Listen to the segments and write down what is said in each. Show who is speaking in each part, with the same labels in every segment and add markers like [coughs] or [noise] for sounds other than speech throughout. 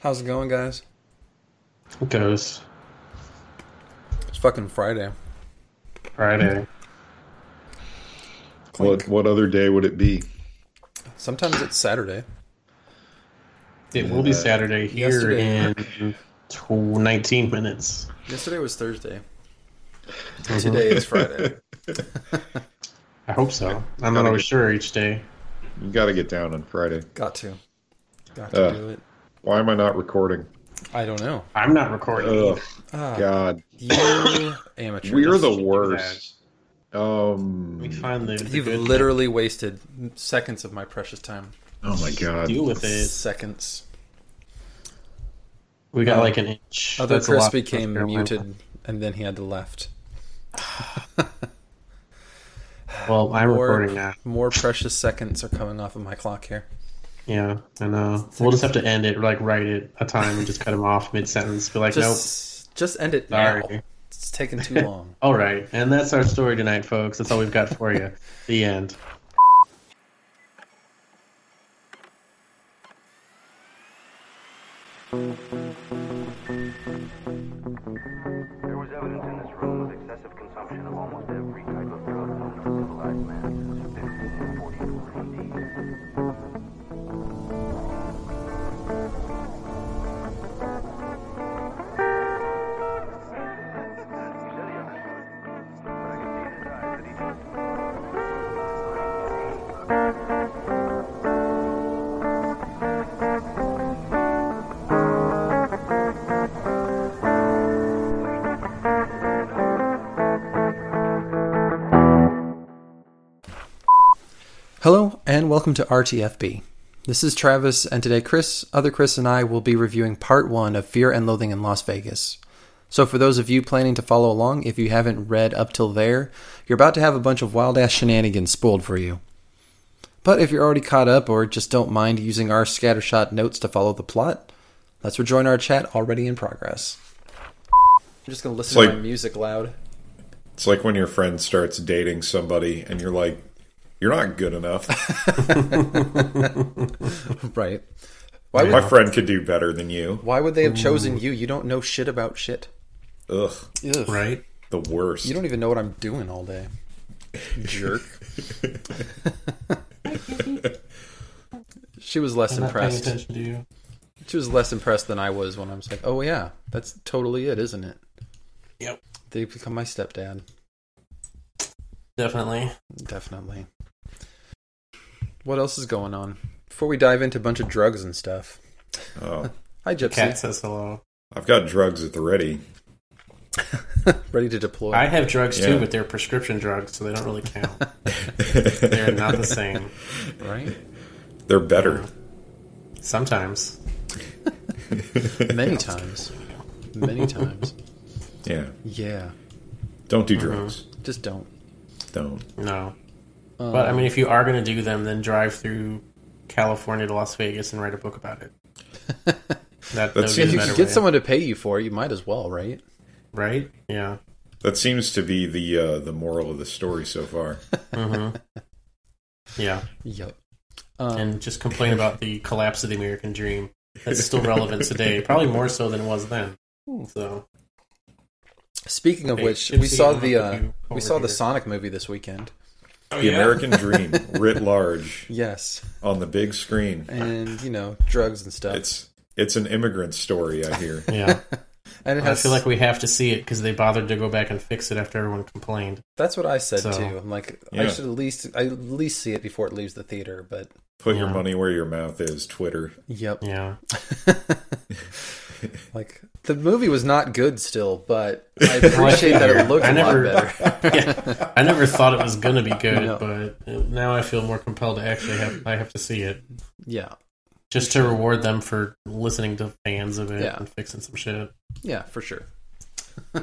Speaker 1: How's it going, guys?
Speaker 2: It goes
Speaker 1: It's fucking Friday.
Speaker 2: Friday.
Speaker 3: What what other day would it be?
Speaker 1: Sometimes it's Saturday.
Speaker 2: It will be
Speaker 3: Uh,
Speaker 2: Saturday here
Speaker 1: yesterday.
Speaker 2: in tw- 19 minutes.
Speaker 1: Yesterday was Thursday. Today
Speaker 2: Uh-huh.
Speaker 1: is Friday.
Speaker 2: I hope so. I'm not always sure each day.
Speaker 3: You got to get down on Friday.
Speaker 1: [laughs] Got to. Got to
Speaker 3: Uh.
Speaker 1: do it.
Speaker 3: Why am I not recording?
Speaker 1: I don't know.
Speaker 2: I'm not recording.
Speaker 3: Ugh,
Speaker 1: Ah,
Speaker 3: God,
Speaker 1: [coughs] you amateur.
Speaker 3: we are the
Speaker 2: do
Speaker 3: worst.
Speaker 2: We
Speaker 3: Um,
Speaker 2: find the, the
Speaker 1: You've
Speaker 2: good
Speaker 1: literally wasted seconds of my precious time.
Speaker 3: oh my God,
Speaker 2: deal with it.
Speaker 1: Seconds.
Speaker 2: We got
Speaker 1: Um,
Speaker 2: like an inch.
Speaker 1: Other
Speaker 2: That's a
Speaker 1: Chris
Speaker 2: lot.
Speaker 1: became
Speaker 2: Never mind.
Speaker 1: muted, and then he had to left.
Speaker 2: Well, I'm
Speaker 1: More-
Speaker 2: recording now.
Speaker 1: More precious seconds are coming off of my clock here.
Speaker 2: Yeah, I know. We'll just have to end it, like write it a time and just cut him off mid sentence. Be like,
Speaker 1: Just, just end it
Speaker 2: nope. Sorry.
Speaker 1: now. It's taking too long.
Speaker 2: All right. And that's our story tonight, folks. That's all we've got for you. The end.
Speaker 4: There was evidence in this room of excessive consumption of almost every type of drug known to civilized man since 1542 AD. You said he understood, but I could see in his eyes that he didn't.
Speaker 1: Hello, and welcome to RTFB. This is Travis, and today Chris, other Chris, and I will be reviewing part one of Fear and Loathing in Las Vegas. So, for those of you planning to follow along, if you haven't read up till there, you're about to have a bunch of wild ass shenanigans spoiled for you. But if you're already caught up or just don't mind using our scattershot notes to follow the plot, let's rejoin our chat already in progress. I'm just gonna listen
Speaker 3: It's
Speaker 1: to
Speaker 3: like-
Speaker 1: my music loud.
Speaker 3: [laughs] it's like when your friend starts dating somebody and you're like, you're not good enough.
Speaker 1: Right. Why would,
Speaker 3: My friend could do better than you.
Speaker 1: why would they have chosen you? You don't know shit about shit.
Speaker 3: Ugh,
Speaker 1: Ugh.
Speaker 2: Right?
Speaker 3: the worst.
Speaker 1: You don't even know what I'm doing all day. Jerk. [laughs] she was less impressed.
Speaker 2: attention to you.
Speaker 1: She was less impressed than I was when I was like, "Oh yeah, that's totally it, isn't it?"
Speaker 2: Yep.
Speaker 1: They become my stepdad,
Speaker 2: Definitely.
Speaker 1: definitely. What else is going on? Before we dive into a bunch of drugs and stuff.
Speaker 3: [laughs] Oh,
Speaker 1: Hi, Gypsy.
Speaker 2: Cat says hello.
Speaker 3: I've got drugs at the ready.
Speaker 1: [laughs] Ready to deploy.
Speaker 2: I have drugs too,
Speaker 3: Yeah.
Speaker 2: but they're prescription drugs, so they don't really
Speaker 3: [laughs]
Speaker 2: count. they're not the same.
Speaker 1: right?
Speaker 3: They're better.
Speaker 2: Sometimes.
Speaker 1: Many times. Many times.
Speaker 3: Yeah,
Speaker 1: Yeah.
Speaker 3: don't do drugs.
Speaker 1: Just don't.
Speaker 3: Don't.
Speaker 2: No. but I
Speaker 3: Um,
Speaker 2: mean, if you are going to do them, then drive through California to Las Vegas and write a book
Speaker 3: [laughs]
Speaker 2: about it. That, that would
Speaker 3: That's-
Speaker 2: be the
Speaker 3: If
Speaker 1: If you
Speaker 2: better
Speaker 1: could get
Speaker 2: way.
Speaker 1: someone to pay you for it, you might as well, right?
Speaker 2: right? Yeah.
Speaker 3: That seems to be the uh, the moral of the story so far.
Speaker 2: Mm-hmm.
Speaker 3: [laughs]
Speaker 2: Yeah.
Speaker 1: Yep. Um,
Speaker 2: And just complain about the collapse of the American dream. That's
Speaker 3: [laughs]
Speaker 2: still relevant today, probably more so than it was then.
Speaker 3: Hmm.
Speaker 2: So,
Speaker 1: Speaking of
Speaker 2: Hey,
Speaker 1: which,
Speaker 2: Gypsy,
Speaker 1: we saw
Speaker 2: I'm
Speaker 1: the
Speaker 2: gonna
Speaker 1: uh,
Speaker 2: put you
Speaker 1: we
Speaker 2: over
Speaker 1: saw the
Speaker 2: here.
Speaker 1: Sonic movie this weekend.
Speaker 2: Oh,
Speaker 3: the American dream writ large
Speaker 2: [laughs]
Speaker 1: Yes,
Speaker 3: on the big screen.
Speaker 1: and you know drugs and stuff, [laughs]
Speaker 3: It's it's an immigrant story, I
Speaker 2: [laughs]
Speaker 3: hear.
Speaker 2: yeah.
Speaker 1: and it
Speaker 2: I
Speaker 1: has.
Speaker 2: feel like we have to see it because they bothered to go back and fix it after everyone complained.
Speaker 1: that's what I said
Speaker 2: So-
Speaker 1: too. I'm like, I
Speaker 3: Yeah.
Speaker 1: should at least I at least see it before it leaves the theater. But
Speaker 3: Put your money where your mouth is. Twitter.
Speaker 1: yep,
Speaker 2: Yeah.
Speaker 1: [laughs] like the movie was not good still,
Speaker 2: [laughs]
Speaker 1: but I appreciate that it looked
Speaker 2: I never-
Speaker 1: a lot
Speaker 2: [laughs]
Speaker 1: better.
Speaker 2: yeah, I never thought it was gonna be good,
Speaker 1: No.
Speaker 2: but uh, now I feel more compelled to actually have I have to see it
Speaker 1: Yeah,
Speaker 2: just to reward them for listening to fans of it
Speaker 1: Yeah.
Speaker 2: and fixing some shit.
Speaker 1: yeah, for sure. [laughs]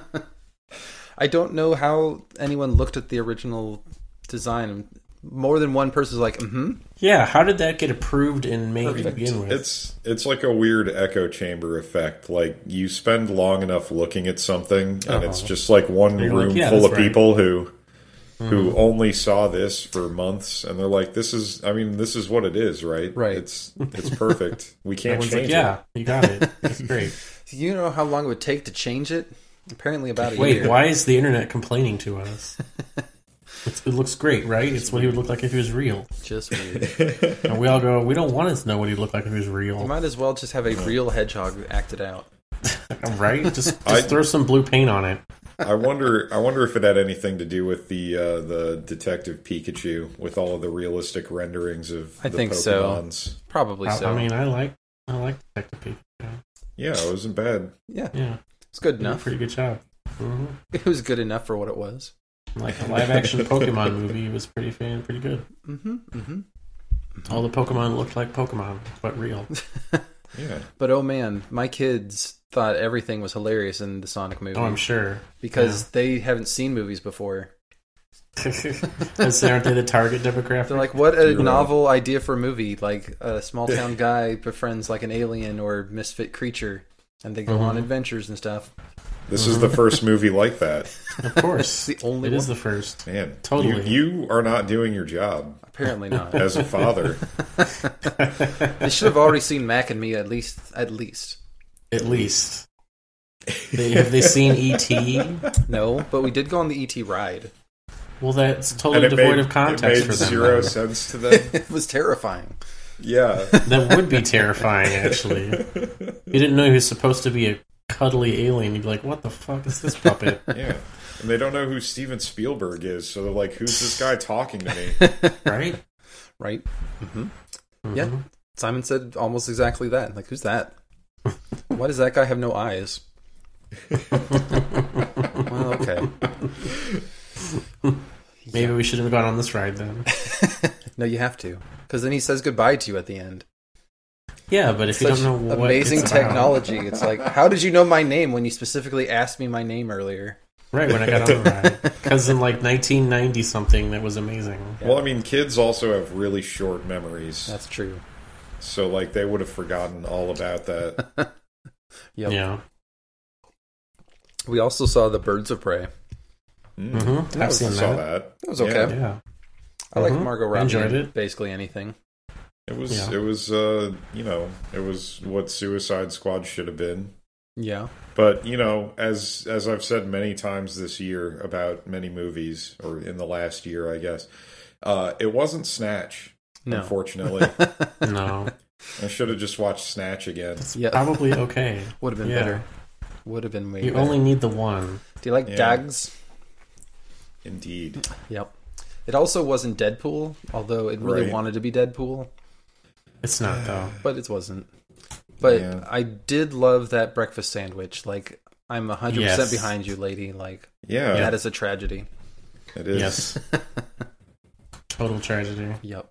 Speaker 1: I don't know how anyone looked at the original design. More than one person's like, mm-hmm,
Speaker 2: Yeah, how did that get approved and made to begin with?
Speaker 3: It's it's like a weird echo chamber effect. Like you spend long enough looking at something, and it's just like one
Speaker 2: Uh-huh. You're like,
Speaker 3: room
Speaker 2: "Yeah,
Speaker 3: full
Speaker 2: that's
Speaker 3: of
Speaker 2: right." Hmm.
Speaker 3: people who who only saw this for months and they're like this is i mean this is what it is right
Speaker 1: Right.
Speaker 3: it's it's perfect
Speaker 2: [laughs]
Speaker 3: we can't
Speaker 2: Everyone's
Speaker 3: change
Speaker 2: like, yeah, you got it. That's great.
Speaker 1: Do you know how long it would take to change it? Apparently, about a
Speaker 2: Wait,
Speaker 1: year.
Speaker 2: why is the internet complaining to us? It's, it looks great, right? It's what he would look like if he was real.
Speaker 1: Just weird.
Speaker 2: And we all go, we don't want to know what he'd look like if he was
Speaker 1: You
Speaker 2: real,
Speaker 1: might as well just have a real hedgehog acted out.
Speaker 2: right? Just, just
Speaker 3: I-
Speaker 2: throw some blue paint on it.
Speaker 3: it i wonder i wonder if it had anything to do with the uh the detective pikachu with all of the realistic renderings of
Speaker 1: I
Speaker 3: the
Speaker 1: think so.
Speaker 3: pokemons
Speaker 1: Probably
Speaker 2: I,
Speaker 1: so.
Speaker 2: I mean, I like, I like Detective Pikachu.
Speaker 3: yeah it wasn't bad
Speaker 1: yeah,
Speaker 2: Yeah,
Speaker 1: it's good
Speaker 2: you did a
Speaker 1: enough.
Speaker 2: pretty good job. hmm
Speaker 1: It was good enough for what it was. [laughs]
Speaker 2: Like a live-action Pokemon movie was pretty fan, pretty good.
Speaker 1: Mm-hmm. Mm-hmm.
Speaker 2: All the Pokemon looked like Pokemon, but real.
Speaker 3: yeah
Speaker 1: mm-hmm. [laughs] But oh man, my kids thought everything was hilarious in the Sonic movie
Speaker 2: Oh, I'm sure. [laughs]
Speaker 1: because they haven't seen movies before.
Speaker 2: and so aren't they the target demographic?
Speaker 1: They're like, "What a
Speaker 3: You're right.
Speaker 1: novel idea for a movie! Like a small
Speaker 2: [laughs]
Speaker 1: town guy befriends like an alien or misfit creature, and they go on
Speaker 2: Mhm.
Speaker 1: adventures and stuff."
Speaker 2: [laughs]
Speaker 3: this is the first movie like that
Speaker 2: of course,
Speaker 1: It's [laughs] the only
Speaker 2: It is
Speaker 1: one.
Speaker 2: the first.
Speaker 3: man
Speaker 2: Totally.
Speaker 3: you, you are not doing your job
Speaker 1: Apparently not.
Speaker 3: as a father
Speaker 1: they should have already seen Mac and Me at least. At least
Speaker 2: At
Speaker 1: [laughs]
Speaker 2: least. They, have they seen E E.T.?
Speaker 1: no, but we did go on the ET ride. [laughs]
Speaker 2: Well, that's [laughs]
Speaker 3: and
Speaker 2: totally
Speaker 3: it
Speaker 2: devoid
Speaker 3: made,
Speaker 2: of context
Speaker 3: it
Speaker 2: for
Speaker 3: made
Speaker 2: them.
Speaker 3: zero
Speaker 2: then.
Speaker 3: sense to them
Speaker 2: [laughs]
Speaker 1: It was terrifying.
Speaker 3: yeah
Speaker 2: That would be terrifying, actually. You didn't know he was supposed to be a cuddly alien. You'd be like, what the fuck is this puppet?
Speaker 3: Yeah. And they don't know who Steven Spielberg is, so they're like, who's this guy talking to
Speaker 2: [laughs]
Speaker 3: me?
Speaker 2: Right?
Speaker 1: Right? Mm-hmm.
Speaker 2: Mhm.
Speaker 1: Yeah. Simon said almost exactly that. Like, who's that? Why does that guy have no eyes?
Speaker 2: [laughs]
Speaker 1: well, okay.
Speaker 2: Maybe we shouldn't have gone on this ride then.
Speaker 1: No, you have to. Because then he says goodbye to you at the end.
Speaker 2: Yeah, but if you
Speaker 1: Such
Speaker 2: don't know what
Speaker 1: amazing
Speaker 2: it's about-
Speaker 1: technology. It's like, how did you know my name when you specifically asked me my name earlier?
Speaker 2: right? When I got on the ride, because in like 1990 something, that was amazing.
Speaker 3: well, I mean, kids also have really short memories.
Speaker 1: That's true. [laughs]
Speaker 3: so, like, they would have forgotten all
Speaker 2: [laughs]
Speaker 3: about that.
Speaker 1: Yep.
Speaker 2: Yeah,
Speaker 1: We also saw The Birds of Prey.
Speaker 3: Mm,
Speaker 2: mm-hmm. I've
Speaker 3: I
Speaker 2: seen
Speaker 3: saw
Speaker 2: that.
Speaker 3: that.
Speaker 1: That was
Speaker 3: Yeah.
Speaker 1: okay.
Speaker 2: Yeah,
Speaker 1: I like
Speaker 2: Mhm.
Speaker 1: Margot
Speaker 2: I
Speaker 1: Robbie.
Speaker 2: enjoyed
Speaker 1: in
Speaker 2: it.
Speaker 1: Basically anything.
Speaker 3: It was,
Speaker 2: Yeah.
Speaker 3: it was, uh, you know, it was what Suicide Squad should have been.
Speaker 1: Yeah.
Speaker 3: But you know, as as I've said many times this year about many movies, or in the last year, I guess, uh, it wasn't Snatch.
Speaker 1: No.
Speaker 2: [laughs]
Speaker 3: Unfortunately,
Speaker 2: no,
Speaker 3: I should have just watched Snatch again.
Speaker 1: [laughs] Yeah.
Speaker 2: probably okay.
Speaker 1: Would have been
Speaker 2: Yeah.
Speaker 1: better. Would have been way
Speaker 2: You
Speaker 1: better.
Speaker 2: only need the one.
Speaker 1: Do you like
Speaker 3: Yeah.
Speaker 1: dogs?
Speaker 3: Indeed.
Speaker 1: Yep. It also wasn't Deadpool, although it really
Speaker 3: Right.
Speaker 1: wanted to be Deadpool,
Speaker 2: It's not though.
Speaker 1: but it wasn't. But
Speaker 3: Yeah.
Speaker 1: I did love that breakfast sandwich. Like I'm 100%
Speaker 2: Yes.
Speaker 1: behind you, lady. Like
Speaker 3: Yeah,
Speaker 1: that is a tragedy.
Speaker 3: it
Speaker 1: [laughs]
Speaker 3: is.
Speaker 2: Yes, total tragedy.
Speaker 1: Yep.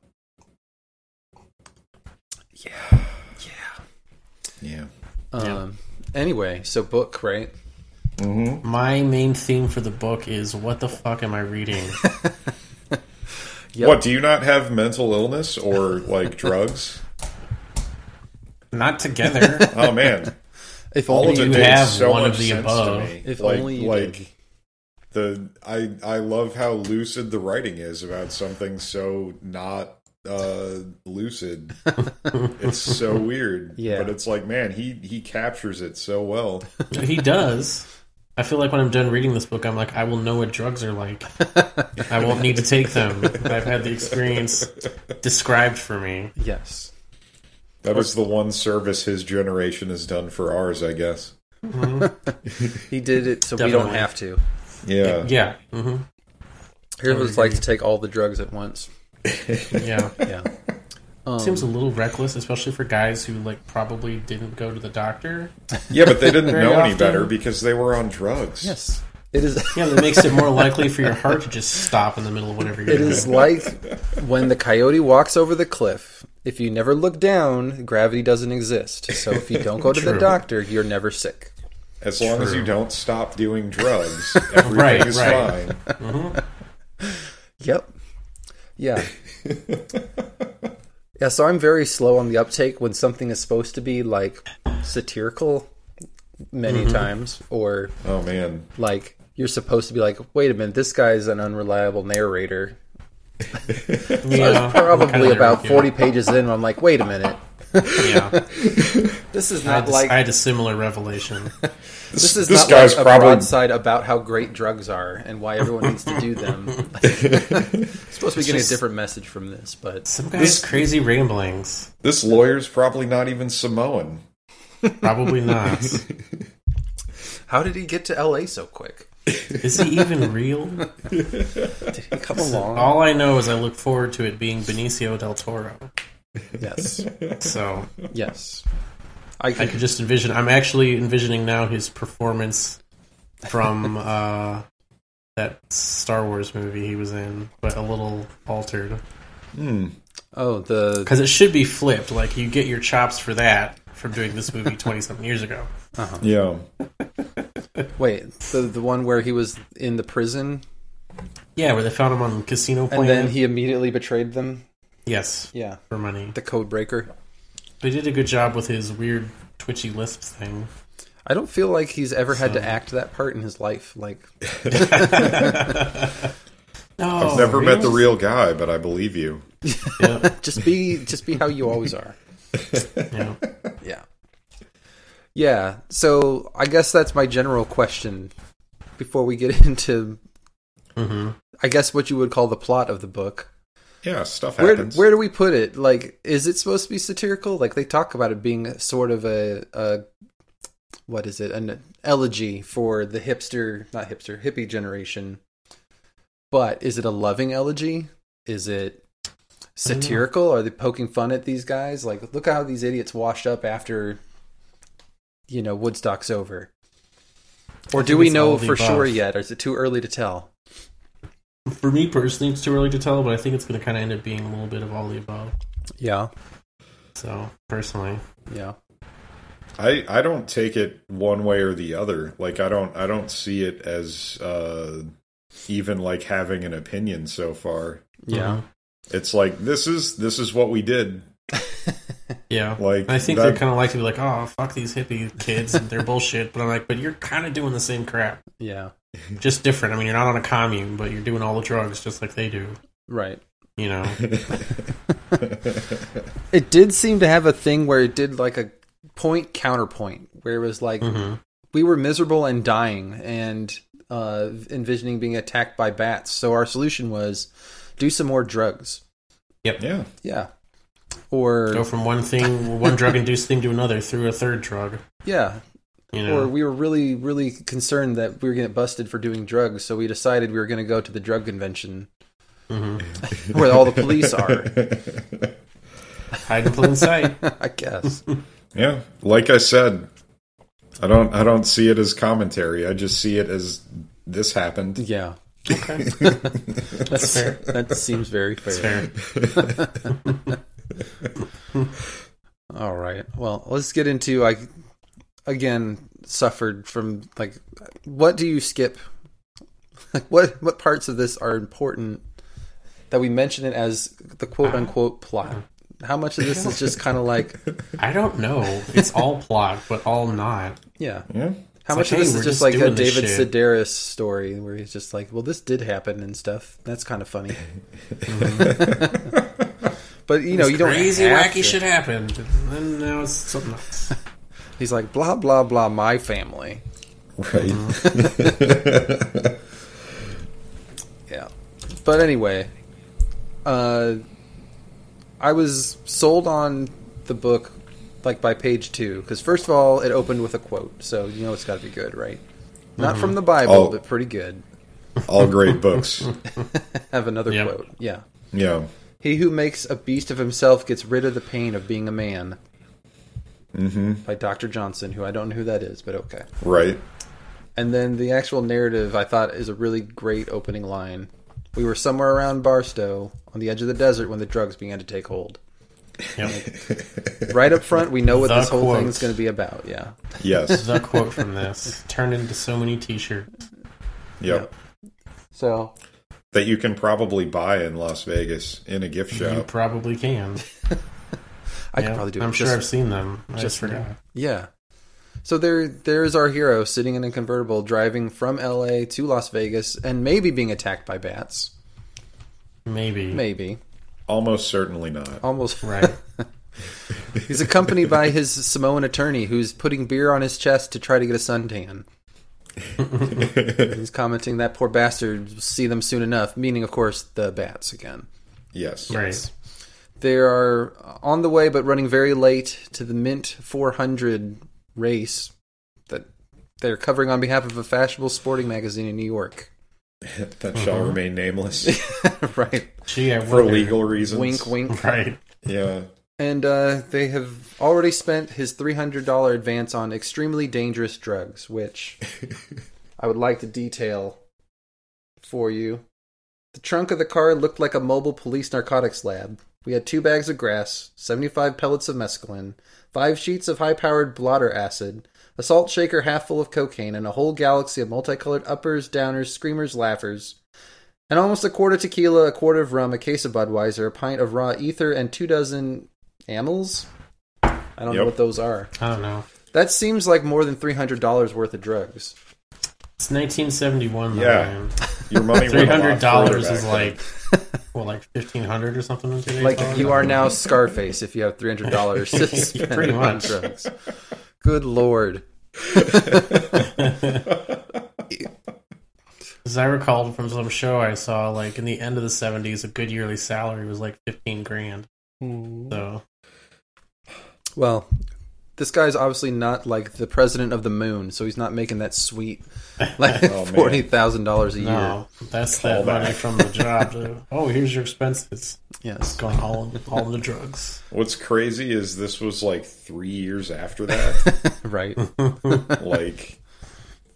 Speaker 3: Yeah.
Speaker 1: Um
Speaker 2: Yeah.
Speaker 1: anyway, so book, right?
Speaker 3: Mm-hmm.
Speaker 2: My main theme for the book is what the fuck am
Speaker 1: [laughs]
Speaker 2: I reading?
Speaker 1: Yep.
Speaker 3: What, do you not have mental illness or like drugs?
Speaker 2: not together.
Speaker 3: Oh man.
Speaker 1: If
Speaker 3: All
Speaker 1: only
Speaker 3: of it
Speaker 1: you
Speaker 3: made
Speaker 2: have
Speaker 3: so
Speaker 2: one
Speaker 3: much
Speaker 2: of the
Speaker 3: sense
Speaker 2: above.
Speaker 3: to me.
Speaker 1: If
Speaker 3: like,
Speaker 1: only you
Speaker 3: like
Speaker 1: did.
Speaker 3: the I I love how lucid the writing is about something so not uh
Speaker 1: [laughs]
Speaker 3: lucid. it's so weird.
Speaker 1: Yeah.
Speaker 3: But it's like, man, he he captures it so well.
Speaker 2: [laughs] he does. I feel like when I'm done reading this book, I'm like, I will know what drugs are like. I won't need to take them. I've had the experience described for me.
Speaker 1: Yes.
Speaker 3: That is the one service his generation has done for ours, I guess.
Speaker 1: He did it so we don't
Speaker 2: Definitely.
Speaker 1: have to.
Speaker 3: Yeah.
Speaker 2: Yeah. hmm
Speaker 1: Here's what it's like to take all the drugs at once.
Speaker 2: Yeah.
Speaker 1: Yeah. Um,
Speaker 2: Seems a little reckless, especially for guys who like probably didn't go to the doctor.
Speaker 3: Yeah, but they didn't
Speaker 2: Very
Speaker 3: know any
Speaker 2: often.
Speaker 3: better because they were on drugs.
Speaker 1: [laughs] Yes. It [laughs] is
Speaker 2: Yeah, that makes it more likely for your heart to just stop in the middle of whatever you're
Speaker 1: It
Speaker 2: doing.
Speaker 1: is like when the coyote walks over the cliff. If you never look down, gravity doesn't exist. So if you don't go to the
Speaker 2: True.
Speaker 1: doctor, you're never sick.
Speaker 3: As long as
Speaker 2: True.
Speaker 3: you don't stop
Speaker 1: [laughs]
Speaker 3: doing drugs, everything
Speaker 2: Right,
Speaker 3: is
Speaker 2: right.
Speaker 3: fine.
Speaker 1: Yep. Yeah. yeah, so I'm very slow on the uptake when something is supposed to be
Speaker 2: Mm-hmm.
Speaker 1: like satirical many times or
Speaker 3: Oh man,
Speaker 1: like you're supposed to be like, wait a minute, this guy's an unreliable narrator. [laughs]
Speaker 2: Yeah,
Speaker 1: Probably
Speaker 2: kinda
Speaker 1: about
Speaker 2: nervous, yeah.
Speaker 1: 40 pages in, I'm like, wait a minute.
Speaker 2: Yeah,
Speaker 1: This is
Speaker 2: I had,
Speaker 1: not
Speaker 2: this-
Speaker 1: like
Speaker 2: I had a similar revelation.
Speaker 1: this is
Speaker 3: this
Speaker 1: not
Speaker 3: guy's
Speaker 1: like a
Speaker 3: probably-
Speaker 1: broadside about how great drugs are and why everyone needs to do them.
Speaker 3: [laughs]
Speaker 1: [laughs] supposed to be getting
Speaker 2: just-
Speaker 1: a different message from this, but
Speaker 2: Some guys crazy ramblings.
Speaker 3: This lawyer's probably not even Samoan.
Speaker 1: [laughs]
Speaker 2: Probably not.
Speaker 1: how did he get to LA so quick?
Speaker 2: Is he even real?
Speaker 1: Did he come along?
Speaker 2: All I know is I look forward to it being Benicio del Toro.
Speaker 1: Yes,
Speaker 2: So
Speaker 1: yes. I
Speaker 2: I
Speaker 1: could,
Speaker 2: could just envision. I'm actually envisioning now his performance
Speaker 1: [laughs]
Speaker 2: from uh, that Star Wars movie he was in, but a little altered.
Speaker 1: oh the
Speaker 2: Because it should be flipped. Like you get your chops for that from doing
Speaker 1: [laughs]
Speaker 2: this movie 20 something years ago.
Speaker 3: Yeah.
Speaker 1: wait the the one where he was in the prison
Speaker 2: Yeah, where they found him on Casino Planet.
Speaker 1: and then he immediately betrayed them.
Speaker 2: yes,
Speaker 1: Yeah,
Speaker 2: for money.
Speaker 1: the code breaker.
Speaker 2: They did a good job with his weird twitchy lisp thing.
Speaker 1: I don't feel like he's ever had to act that part in his life. Like
Speaker 2: No, Oh,
Speaker 3: I've never met the real guy, but I believe you.
Speaker 2: Yeah,
Speaker 1: just be just be how you always are.
Speaker 2: yeah.
Speaker 1: Yeah. Yeah. So I guess that's my general question before we get [laughs] into,
Speaker 2: hmm
Speaker 1: I guess, what you would call the plot of the book.
Speaker 3: Yeah, stuff
Speaker 1: Where,
Speaker 3: happens.
Speaker 1: where do we put it? Like, is it supposed to be satirical? Like, they talk about it being sort of a, a what is it? An elegy for the hipster, not hipster, hippie generation. But is it a loving elegy? Is it satirical? Are they poking fun at these guys? Like, look how these idiots washed up after, you know, Woodstock's over. Or
Speaker 2: I
Speaker 1: do
Speaker 2: think
Speaker 1: we
Speaker 2: it's all
Speaker 1: know
Speaker 2: the
Speaker 1: for sure
Speaker 2: above.
Speaker 1: yet? Or is it too early to tell?
Speaker 2: For me personally, it's too early to tell, but I think it's going to kind of end up being a little bit of all the above.
Speaker 1: Yeah.
Speaker 2: So personally,
Speaker 1: Yeah.
Speaker 3: I I don't take it one way or the other. Like I don't I don't see it as uh even like having an opinion so far.
Speaker 2: Mm-hmm.
Speaker 1: Yeah.
Speaker 3: It's like this is this is what we did. [laughs]
Speaker 2: yeah.
Speaker 3: Like
Speaker 2: I think
Speaker 3: that-
Speaker 2: they kind of like to be like, "Oh, fuck these hippie kids and their [laughs] bullshit," but I'm like, "But you're kind of doing the same crap,
Speaker 1: Yeah.
Speaker 2: just different." I mean, you're not on a commune, but you're doing all the drugs just like they do.
Speaker 1: Right.
Speaker 2: You know?
Speaker 1: It did seem to have a thing where it did like a point counterpoint, where it was like
Speaker 2: hmm
Speaker 1: we were miserable and dying and uh, envisioning being attacked by bats. So our solution was do some more drugs.
Speaker 3: yeah.
Speaker 1: Yeah.
Speaker 2: Go
Speaker 1: Or
Speaker 2: from one thing, one drug-induced thing to another through a third drug.
Speaker 1: yeah,
Speaker 2: You
Speaker 1: or
Speaker 2: know?
Speaker 1: we were really really concerned that we were getting busted for doing drugs, so we decided we were going to go to the drug convention
Speaker 2: hmm
Speaker 1: [laughs] where all the
Speaker 2: [laughs]
Speaker 1: police are.
Speaker 2: Hide in plain sight.
Speaker 1: I guess.
Speaker 3: Yeah. Like I said, I don't I don't see it as commentary. I just see it as this happened.
Speaker 1: Yeah.
Speaker 2: Okay.
Speaker 1: [laughs] That's
Speaker 2: fair.
Speaker 1: That seems very
Speaker 2: That's fair.
Speaker 1: All right. Well, let's get into I again suffered from like what do you skip? [laughs] Like what what parts of this are important that we mention it as the quote unquote plot? How much of this is just kind
Speaker 2: [laughs]
Speaker 1: of like
Speaker 2: I don't know. It's all plot, but all not.
Speaker 1: yeah.
Speaker 3: Yeah.
Speaker 1: How
Speaker 2: It's
Speaker 1: much
Speaker 2: like,
Speaker 1: of this
Speaker 2: hey,
Speaker 1: is
Speaker 2: we're
Speaker 1: just
Speaker 2: just
Speaker 1: like a
Speaker 2: doing this
Speaker 1: David
Speaker 2: shit.
Speaker 1: Sedaris story where he's just like, well, this did happen and stuff. That's kind of
Speaker 2: [laughs]
Speaker 1: funny. but you know, you don't
Speaker 2: Crazy,
Speaker 1: have
Speaker 2: wacky
Speaker 1: to.
Speaker 2: shit happened, and then now it's something
Speaker 3: [laughs]
Speaker 2: else.
Speaker 1: He's like blah blah blah. My family.
Speaker 3: Right.
Speaker 1: Yeah. But anyway, uh, I was sold on the book like by page two because first of all, it opened with a quote, so you know it's got to be good, right? Not from the Bible,
Speaker 3: Oh.
Speaker 1: but pretty good.
Speaker 3: [laughs] All great books.
Speaker 1: Have another
Speaker 2: Yep.
Speaker 1: quote. Yeah.
Speaker 3: Yeah.
Speaker 1: He who makes a beast of himself gets rid of the pain of being a man. Mm-hmm. By Dr. Johnson, who I don't know who that is, but okay.
Speaker 3: Right.
Speaker 1: And then the actual narrative I thought is a really great opening line. We were somewhere around Barstow on the edge of the desert when the drugs began to take hold.
Speaker 2: Yep.
Speaker 1: Right up front, we know what
Speaker 2: The
Speaker 1: this whole
Speaker 2: quote.
Speaker 1: thing's going to be about. Yeah.
Speaker 2: [laughs]
Speaker 3: Yes.
Speaker 2: The quote from this turned into so many T-shirts.
Speaker 3: Yep.
Speaker 1: So,
Speaker 3: That you can probably buy in Las Vegas in a gift
Speaker 2: You
Speaker 3: shop.
Speaker 2: probably can.
Speaker 1: I
Speaker 2: Yeah.
Speaker 1: could probably do it.
Speaker 2: I'm sure
Speaker 1: just-
Speaker 2: I've seen them. I
Speaker 1: just
Speaker 2: just forgot.
Speaker 1: Yeah. So there, there is our hero sitting in a convertible, driving from L.A. to Las Vegas, and maybe being attacked by bats.
Speaker 2: Maybe.
Speaker 1: Maybe,
Speaker 3: Almost certainly not.
Speaker 1: almost [laughs]
Speaker 2: Right.
Speaker 1: He's accompanied by his Samoan attorney, who's putting beer on his chest to try to get a suntan. He's commenting that poor bastard will see them soon enough, meaning, of course, the bats again.
Speaker 3: Yes.
Speaker 2: Right.
Speaker 1: They are on the way, but running very late to the Mint 400 race that they're covering on behalf of a fashionable sporting magazine in New York.
Speaker 3: [laughs]
Speaker 1: [laughs]
Speaker 3: That shall
Speaker 2: Mm-hmm. [laughs]
Speaker 3: remain nameless
Speaker 1: right.
Speaker 2: Gee, I
Speaker 3: for
Speaker 2: wonder.
Speaker 3: legal reasons.
Speaker 1: Wink, wink.
Speaker 2: Right.
Speaker 3: Yeah.
Speaker 1: And uh, they have already spent his $300 advance on extremely dangerous drugs, which I would like to detail for you. The trunk of the car looked like a mobile police narcotics lab. We had two bags of grass, 75 pellets of mescaline, five sheets of high powered blotter acid, a salt shaker half full of cocaine, and a whole galaxy of multicolored uppers, downers, screamers, laughers, and almost a quart of tequila, a quart of rum, a case of Budweiser, a pint of raw ether, and two dozen amyls? I don't know
Speaker 3: Yep.
Speaker 1: what those are.
Speaker 2: I don't know.
Speaker 1: That seems like more than $300 worth of drugs.
Speaker 2: It's 1971. Though,
Speaker 1: [laughs]
Speaker 3: Yeah.
Speaker 2: man.
Speaker 3: Your money
Speaker 2: Three
Speaker 3: went a
Speaker 2: [laughs]
Speaker 3: lot
Speaker 2: hundred dollars
Speaker 3: further
Speaker 2: is
Speaker 3: back
Speaker 2: like well, like fifteen hundred or something. In today's
Speaker 1: Like
Speaker 2: dollars.
Speaker 1: you are now Scarface if you have three hundred dollars to spend
Speaker 2: Pretty
Speaker 1: on
Speaker 2: much.
Speaker 1: drugs. Good lord!
Speaker 2: As I recalled from some show I saw, like in the end of the seventies, a good yearly salary was like fifteen grand. So
Speaker 1: Well, this guy's obviously not like the president of the moon, so he's not making that sweet like
Speaker 3: Oh, man.
Speaker 1: forty thousand dollars a year.
Speaker 2: no, that's that
Speaker 3: Callback.
Speaker 2: money from the job. [laughs] To, oh, here's your expenses.
Speaker 1: Yes,
Speaker 2: Going all all the drugs.
Speaker 3: What's crazy is this was like three years after that.
Speaker 1: [laughs] right.
Speaker 3: like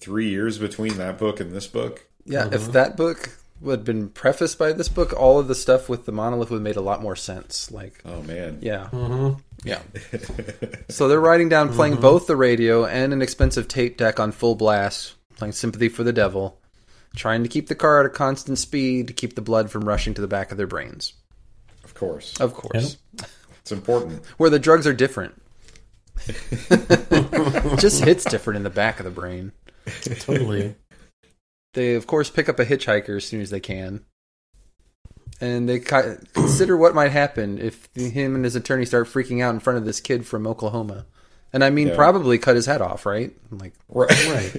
Speaker 3: three years between that book and this book.
Speaker 1: Yeah, if that book would have been prefaced by this book, all of the stuff with the monolith would have made a lot more sense. Like,
Speaker 3: Oh man.
Speaker 1: yeah,
Speaker 2: Mm-hmm.
Speaker 1: yeah. [laughs] so they're riding down, playing both the radio and an expensive tape deck on full blast, playing "Sympathy for the Devil," trying to keep the car at a constant speed to keep the blood from rushing to the back of their brains.
Speaker 3: Of course.
Speaker 1: Of course,
Speaker 3: It's important.
Speaker 1: where the drugs are different. [laughs] It just hits different in the back of the brain.
Speaker 2: Totally.
Speaker 1: They, of course, pick up a hitchhiker as soon as they can. And they ki- consider what might happen if him and his attorney start freaking out in front of this kid from Oklahoma. And I mean,
Speaker 3: Yeah.
Speaker 1: probably cut his head off, right? Like,
Speaker 3: Right.
Speaker 2: [laughs] Right.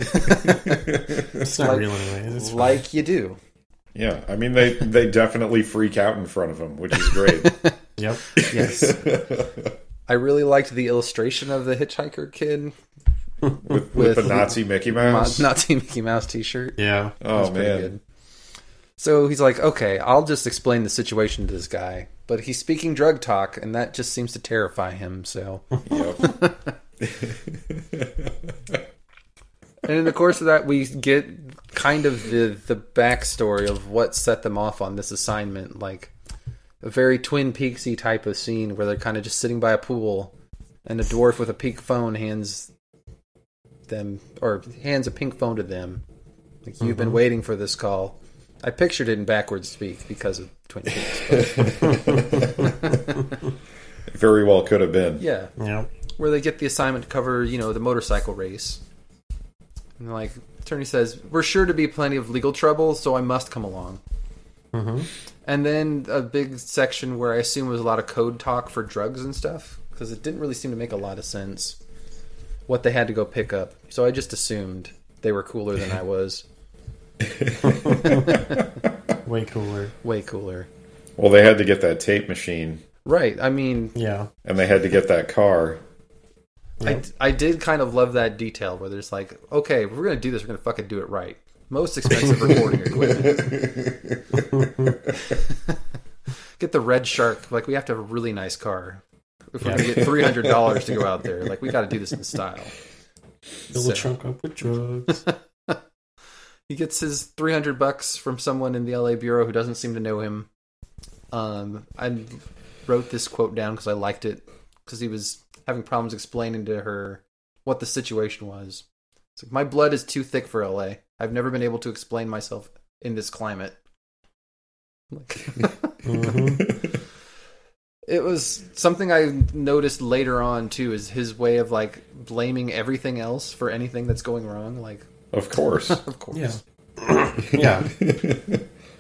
Speaker 2: it's not
Speaker 1: Like-
Speaker 2: real anyway. It's fine.
Speaker 1: like you do.
Speaker 3: Yeah. I mean they they definitely freak out in front of him, which is
Speaker 1: [laughs]
Speaker 3: great.
Speaker 2: Yep.
Speaker 3: [laughs]
Speaker 1: Yes. I really liked the illustration of the hitchhiker kid,
Speaker 3: With, with, the
Speaker 1: With-
Speaker 3: Nazi Mickey
Speaker 1: Mo- [laughs]
Speaker 3: Mouse.
Speaker 1: Nazi Mickey Mouse t shirt.
Speaker 2: Yeah.
Speaker 3: oh man.
Speaker 1: So he's like, okay, I'll just explain the situation to this guy. But he's speaking drug talk, and that just seems to terrify him, so.
Speaker 3: Yep.
Speaker 1: and in the course of that, we get kind of the the backstory of what set them off on this assignment, like a very Twin Peaksy type of scene where they're kind of just sitting by a pool, and a dwarf with a pink phone hands them or hands a pink phone to them, like you've been waiting for this call. I pictured it in backwards speak because of Twin Peaks.
Speaker 3: Very well could have been.
Speaker 1: Yeah,
Speaker 2: Yep.
Speaker 1: where they get the assignment to cover, you know, the motorcycle race. And like, attorney says, "We're sure to be plenty of legal trouble, so I must come along." Mm-hmm. And then a big section where I assume was a lot of code talk for drugs and stuff because it didn't really seem to make a lot of sense what they had to go pick up. So I just assumed they were cooler [laughs] than I was,
Speaker 2: Way cooler.
Speaker 1: way cooler.
Speaker 3: Well they had to get that tape machine
Speaker 1: Right? I mean,
Speaker 2: Yeah.
Speaker 3: and they had to get that car.
Speaker 1: I, I did kind of love that detail where there's like, okay, if we're gonna do this, we're gonna fucking do it right. [laughs] Most expensive
Speaker 3: [laughs]
Speaker 1: recording equipment. get the Red Shark. Like we have to have a really nice car. If we're gonna get three hundred dollars to go out there, like we got to do this in style.
Speaker 2: Fill
Speaker 1: So-
Speaker 2: the trunk up with drugs.
Speaker 1: He gets his three hundred bucks from someone in the LA bureau who doesn't seem to know him. Um, I wrote this quote down because I liked it because he was having problems explaining to her what the situation was. It's like my blood is too thick for LA. I've never been able to explain myself [laughs] in this climate. Like,
Speaker 2: Mhm.
Speaker 1: It was something I noticed later on too. Is his way of like blaming everything else for anything that's going wrong? Like,
Speaker 3: Of course.
Speaker 1: [laughs] of course.
Speaker 2: [laughs] Yeah. yeah.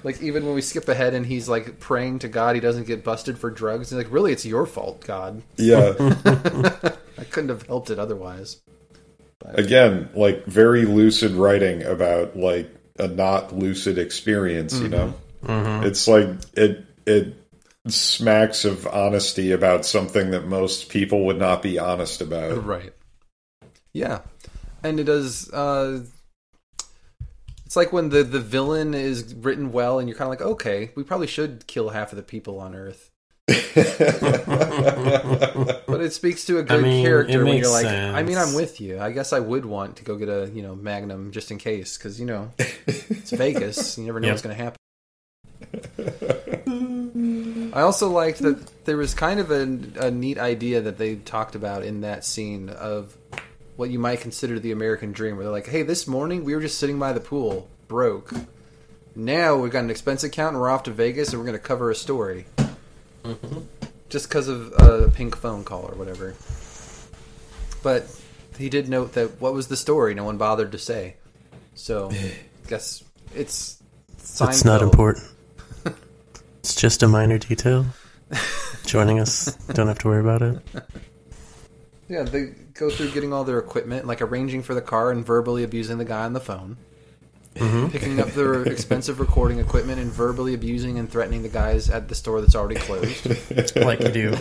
Speaker 1: Like even when we skip ahead and he's like praying to God he doesn't get busted for drugs. And like, really, it's your fault, God.
Speaker 3: yeah.
Speaker 1: I couldn't have helped it
Speaker 2: [laughs]
Speaker 1: otherwise.
Speaker 3: Again, like very lucid writing about like a not lucid experience, you know?
Speaker 1: Mm-hmm.
Speaker 3: It's like it it smacks of honesty about something that most people would not be honest about.
Speaker 1: Right. Yeah, and it does. Uh, it's like when the the villain is written well, and you're kind of like, okay, we probably should kill half of the people on
Speaker 2: [laughs]
Speaker 1: Earth. But it speaks to a good
Speaker 2: mean, it
Speaker 1: character when
Speaker 2: makes
Speaker 1: you're like, I mean, I'm
Speaker 2: sense.
Speaker 1: with you. I guess I would want to go get a you know Magnum just in case, because you know it's Vegas. You never know
Speaker 2: Yep.
Speaker 1: what's going to happen. I also liked that there was kind of a, a neat idea that they talked about in that scene of what you might consider the American dream, where they're like, hey, this morning we were just sitting by the pool, broke. Now we've got an expense account and we're off to Vegas and we're going to cover a story. Just because of a pink phone call or whatever. But he did note that what was the story? No one bothered to say.
Speaker 2: [laughs]
Speaker 1: So, guess it's.
Speaker 2: It's not
Speaker 1: Seinfeld.
Speaker 2: important. It's just a minor detail. Joining us, don't have to worry about it.
Speaker 1: Yeah, they go through getting all their equipment, like arranging for the car and verbally abusing the guy on the phone.
Speaker 2: Mm-hmm.
Speaker 1: Picking up
Speaker 2: [laughs]
Speaker 1: their expensive recording equipment and verbally abusing and threatening the guys at the store that's already closed.
Speaker 2: [laughs] Like you do.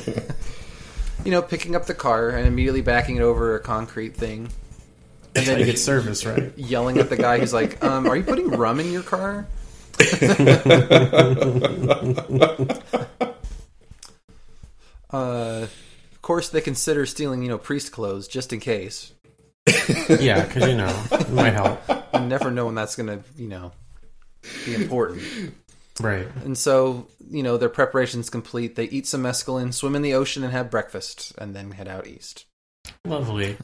Speaker 1: You know, picking up the car and immediately backing it over a concrete thing. And
Speaker 2: How you [laughs]
Speaker 1: then [laughs]
Speaker 2: get service, right?
Speaker 1: yelling at the guy who's like, um, Are you putting rum in your car? uh, of course, they consider stealing, you know, priest clothes just in case.
Speaker 2: Yeah, because you know, it might help.
Speaker 1: You never know when that's going to, you know, be important.
Speaker 2: Right.
Speaker 1: And so, you know, their preparations complete. They eat some mescaline, swim in the ocean, and have breakfast, and then head out east.
Speaker 2: Lovely.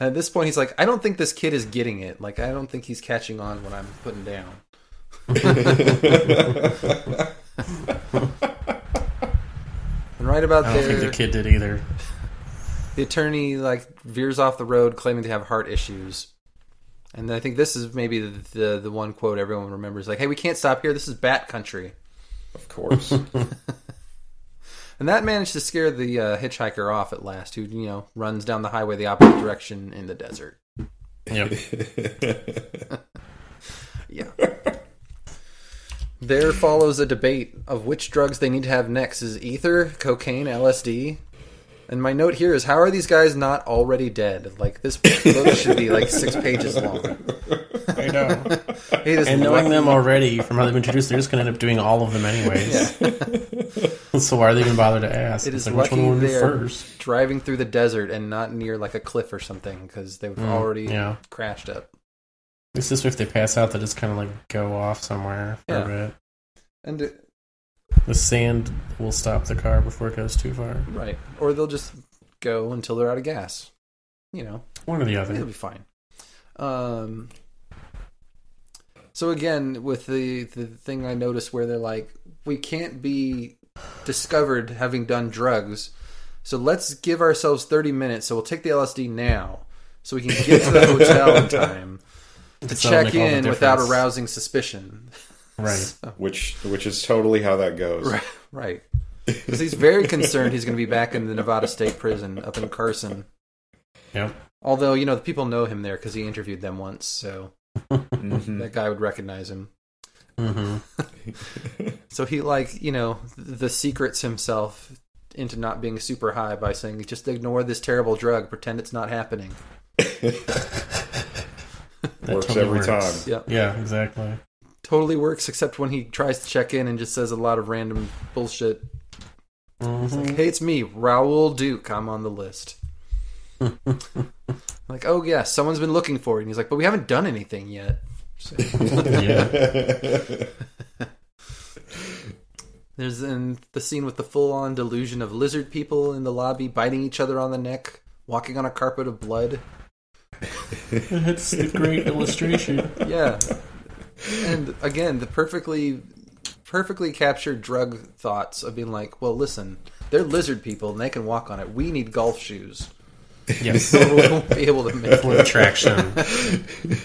Speaker 1: And at this point, he's like, I don't think this kid is getting it. Like, I don't think he's catching on what I'm putting down. and right about
Speaker 2: I don't
Speaker 1: there,
Speaker 2: think the kid did either.
Speaker 1: the attorney like veers off the road claiming to have heart issues and i think this is maybe the, the the one quote everyone remembers like hey we can't stop here this is bat country
Speaker 3: Of
Speaker 1: [laughs]
Speaker 3: course. [laughs]
Speaker 1: and that managed to scare the uh, hitchhiker off at last who you know runs down the highway the opposite direction in the desert [laughs]
Speaker 2: Yep.
Speaker 1: yeah there follows a debate of which drugs they need to have next is ether cocaine lsd and my note here is how are these guys not already dead like this book should be like six pages long
Speaker 2: I know.
Speaker 1: Hey, this
Speaker 2: And knowing
Speaker 1: lucky-
Speaker 2: them already from how they've introduced, they're just going to end up doing all of them anyways. [laughs] so why are they even bother to ask?
Speaker 1: It is
Speaker 2: like, which
Speaker 1: lucky
Speaker 2: one will we do
Speaker 1: they're-
Speaker 2: first?
Speaker 1: driving through the desert and not near like a cliff or something because they've already
Speaker 2: Mm, yeah.
Speaker 1: crashed up.
Speaker 2: It's just if they pass out, they just kind of like go off somewhere for
Speaker 1: Yeah.
Speaker 2: a bit.
Speaker 1: And uh, it-
Speaker 2: The sand will stop the car before it goes too far.
Speaker 1: right, or they'll just go until they're out of gas. You know,
Speaker 2: One or the
Speaker 1: it'll
Speaker 2: other.
Speaker 1: be fine. Um. So again, with the the thing I noticed where they're like, we can't be discovered having done drugs, so let's give ourselves thirty minutes. So we'll take the LSD now, so we can get to
Speaker 2: [laughs]
Speaker 1: the hotel in time to
Speaker 2: So
Speaker 1: check
Speaker 2: make all the
Speaker 1: in without
Speaker 2: difference.
Speaker 1: arousing suspicion. [laughs]
Speaker 2: Right.
Speaker 3: which which is totally how that goes.
Speaker 1: Right, right. Because he's very concerned he's going to be back in the Nevada State Prison up in Carson.
Speaker 2: Yep.
Speaker 1: Although you know the people know him there because he interviewed them once, so [laughs]
Speaker 2: Hmm.
Speaker 3: Mm-hmm.
Speaker 1: that guy would recognize him.
Speaker 2: Mm-hmm.
Speaker 1: So he like you know the secrets himself into not being super high by saying just ignore this terrible drug, pretend it's not happening.
Speaker 2: That
Speaker 3: Works
Speaker 2: totally works.
Speaker 3: every time.
Speaker 1: Yeah,
Speaker 2: Yeah, exactly.
Speaker 1: totally works except when he tries to check in and just says a lot of random bullshit.
Speaker 2: Mhm.
Speaker 1: Like, hey, it's me, Raoul Duke. I'm on the list. like, oh yeah, someone's been looking for it. And he's like, but we haven't done anything yet. So,
Speaker 2: yeah.
Speaker 1: there's in the scene with the full-on delusion of lizard people in the lobby biting each other on the neck, walking on a carpet of blood.
Speaker 2: That's a great illustration.
Speaker 1: Yeah, and again, the perfectly perfectly captured drug thoughts of being like, well, listen, they're lizard people and they can walk on it. We need golf shoes.
Speaker 2: [laughs]
Speaker 1: [laughs]
Speaker 2: Yes.
Speaker 1: So we won't be able to make
Speaker 2: With traction.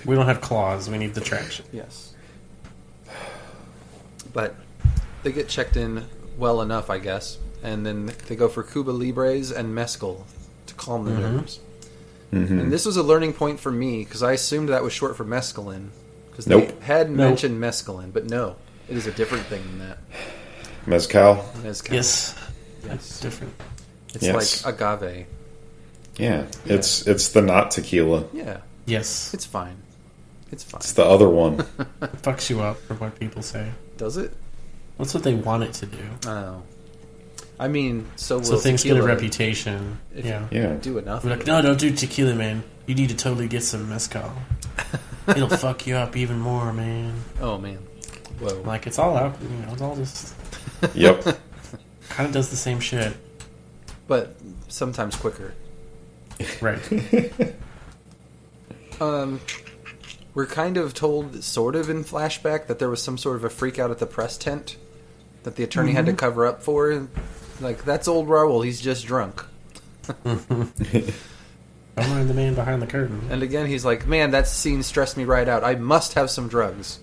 Speaker 2: we don't have claws. We need the traction.
Speaker 1: Yes. But they get checked in well enough, I guess, and then they go for Cuba Libres and Mezcal to calm the nerves.
Speaker 3: Mm-hmm.
Speaker 1: And this was a learning point for me because I assumed that was short for mescaline because
Speaker 3: Nope.
Speaker 1: they had
Speaker 2: Nope.
Speaker 1: mentioned mescaline, but no, it is a different thing than that.
Speaker 3: Mezcal.
Speaker 1: Mezcal.
Speaker 2: Yes.
Speaker 1: Yes.
Speaker 2: That's different.
Speaker 1: It's
Speaker 3: Yes.
Speaker 1: like agave.
Speaker 3: Yeah, it's it's the not tequila.
Speaker 1: Yeah,
Speaker 2: Yes.
Speaker 1: it's fine. It's fine.
Speaker 3: It's the other one.
Speaker 2: It fucks you up for what people say.
Speaker 1: Does it?
Speaker 2: That's what they want it to do.
Speaker 1: Oh, I mean, so will
Speaker 2: So things get a
Speaker 1: tequila
Speaker 2: reputation.
Speaker 1: If-
Speaker 2: yeah.
Speaker 3: Yeah,
Speaker 1: Do enough.
Speaker 2: We're like, no, don't do tequila, man. You need to totally get some
Speaker 1: [laughs]
Speaker 2: mezcal. It'll fuck you up even more, man.
Speaker 1: Oh man. Whoa.
Speaker 2: Like it's all out, you know. It's all just
Speaker 3: [laughs] yep.
Speaker 2: kind of does the same shit,
Speaker 1: but sometimes quicker.
Speaker 2: right? [laughs]
Speaker 1: Um, we're kind of told, sort of in flashback, that there was some sort of a freak out at the press tent that the attorney had to cover up for. Like, that's old Raoul, he's just drunk.
Speaker 2: Don't mind the man behind
Speaker 1: [laughs]
Speaker 2: the curtain.
Speaker 1: And again, he's like, man, that scene stressed me right out. I must have some drugs.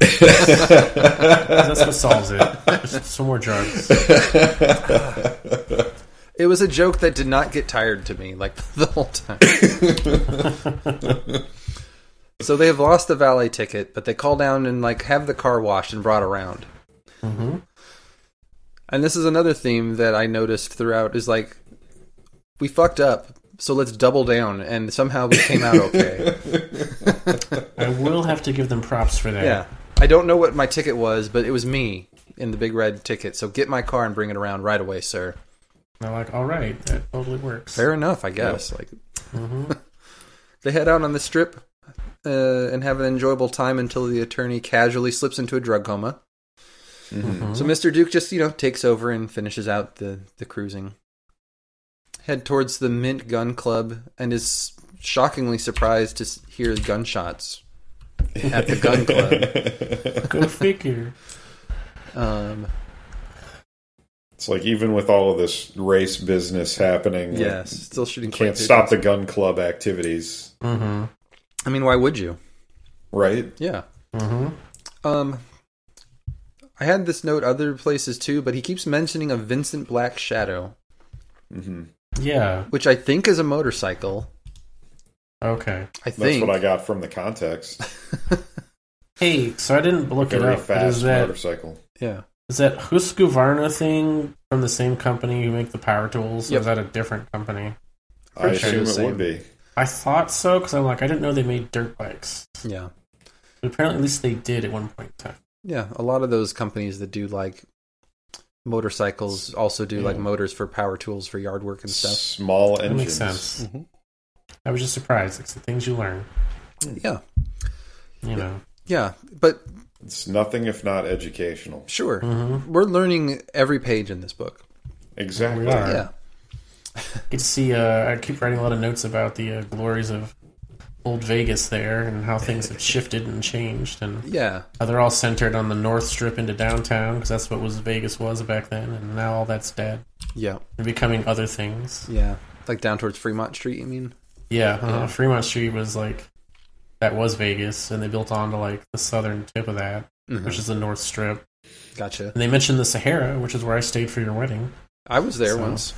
Speaker 2: That's what solves it. Just Some more drugs.
Speaker 1: It was a joke that did not get tired to me, like, [laughs] the whole time. so they have lost the valet ticket, but they call down and, like, have the car washed and brought around.
Speaker 2: hmm
Speaker 1: And this is another theme that I noticed throughout is like we fucked up, so let's double down and somehow we came out okay.
Speaker 2: I will have to give them props for that.
Speaker 1: yeah. I don't know what my ticket was, but it was me in the big red ticket. So get my car and bring it around right away, sir.
Speaker 2: They're like, all right, that totally works. Mm-hmm.
Speaker 1: Fair Mm-hmm. enough, I guess. Like they head out on the strip uh, and have an enjoyable time until the attorney casually slips into a drug coma.
Speaker 3: Mm-hmm.
Speaker 2: Mm-hmm.
Speaker 1: So Mr. Duke just, you know, takes over and finishes out the, the cruising. Head towards the Mint Gun Club and is shockingly surprised to s- hear gunshots at the gun club.
Speaker 2: Go figure.
Speaker 1: Um,
Speaker 3: [laughs] It's like even with all of this race business happening, like,
Speaker 1: yes, still shooting.
Speaker 3: you can't
Speaker 1: quick.
Speaker 3: stop the gun club activities,
Speaker 2: Mm-hmm.
Speaker 1: I mean, why would you?
Speaker 3: right?
Speaker 1: Yeah.
Speaker 2: Mm-hmm.
Speaker 1: Um, I had this note other places too, but he keeps mentioning a Vincent Black Shadow,
Speaker 3: hmm
Speaker 2: Yeah.
Speaker 1: which I think is a motorcycle.
Speaker 2: Okay.
Speaker 1: I
Speaker 3: That's
Speaker 1: think.
Speaker 3: what I got from the context.
Speaker 2: Hey, so I didn't look it
Speaker 3: Very
Speaker 2: up. but
Speaker 3: fast
Speaker 2: Is that
Speaker 3: motorcycle.
Speaker 1: [laughs] yeah.
Speaker 2: is that Husqvarna thing from the same company who make the power tools? Or
Speaker 1: Yep.
Speaker 2: is that a different company?
Speaker 3: I
Speaker 1: sure the
Speaker 3: assume it
Speaker 1: same.
Speaker 3: would be.
Speaker 2: I thought so because I'm like I didn't know they made dirt bikes.
Speaker 1: Yeah.
Speaker 2: But apparently, at least they did at one point in time.
Speaker 1: Yeah. A lot of those companies that do like motorcycles also do like
Speaker 2: Mm.
Speaker 3: Yeah.
Speaker 1: motors for power tools for yard work and stuff.
Speaker 3: Small
Speaker 2: That
Speaker 3: engines.
Speaker 2: makes sense. I was just surprised. It's the things you learn,
Speaker 1: Yeah.
Speaker 2: you know.
Speaker 1: Yeah. But
Speaker 3: It's nothing if not educational.
Speaker 1: sure.
Speaker 2: Mm-hmm.
Speaker 1: We're learning every page in this book.
Speaker 3: Exactly.
Speaker 2: We are.
Speaker 1: Yeah.
Speaker 2: Get to see. Uh, I keep writing a lot of notes about the uh, glories of old Vegas there and how things
Speaker 3: [laughs]
Speaker 2: have shifted and changed, and
Speaker 1: Yeah.
Speaker 2: how Uh, they're all centered on the North Strip into downtown because that's what was Vegas was back then, and now all that's dead.
Speaker 1: Yeah.
Speaker 2: They're becoming other things.
Speaker 1: Yeah. Like down towards Fremont Street, you mean?
Speaker 2: Yeah, uh, Fremont Street was like that was Vegas, and they built onto like the southern tip of that, which is the North Strip.
Speaker 1: Gotcha.
Speaker 2: And they mentioned the Sahara, which is where I stayed for your wedding.
Speaker 1: I was there
Speaker 2: So-
Speaker 1: once.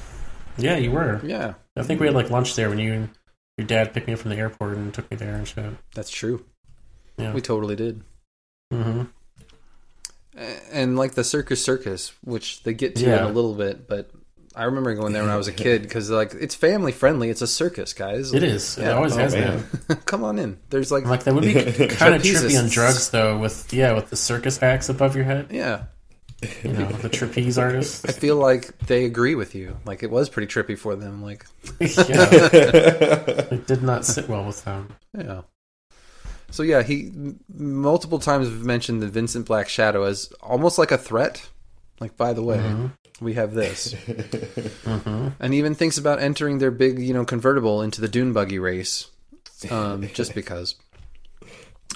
Speaker 2: Yeah, you were.
Speaker 1: Yeah.
Speaker 2: I think we had like lunch there when you and your dad picked me up from the airport and took me there and shit.
Speaker 1: That's true.
Speaker 2: Yeah.
Speaker 1: We totally did.
Speaker 2: hmm
Speaker 1: and like the circus circus which they get to in
Speaker 2: Yeah.
Speaker 1: a little bit but i remember going there when i
Speaker 2: [laughs]
Speaker 1: was a kid because like it's family friendly it's a circus guys
Speaker 2: It is. It
Speaker 1: Yeah.
Speaker 2: always
Speaker 1: Oh,
Speaker 2: has
Speaker 3: man.
Speaker 2: been.
Speaker 1: [laughs] come on in there's like
Speaker 2: I'm like that [laughs] would be kind of trippy on
Speaker 1: Trapezists.
Speaker 2: drugs though, with yeah, with the circus acts above your head.
Speaker 1: yeah
Speaker 2: You know, the trapeze artists.
Speaker 1: i feel like they agree with you like it was pretty trippy for them like [laughs]
Speaker 2: yeah, it did not sit well with them.
Speaker 1: yeah so yeah he m- multiple times mentioned the vincent black shadow as almost like a threat like by the way we have this
Speaker 2: Mm-hmm.
Speaker 1: and even thinks about entering their big you know convertible into the dune buggy race um, just because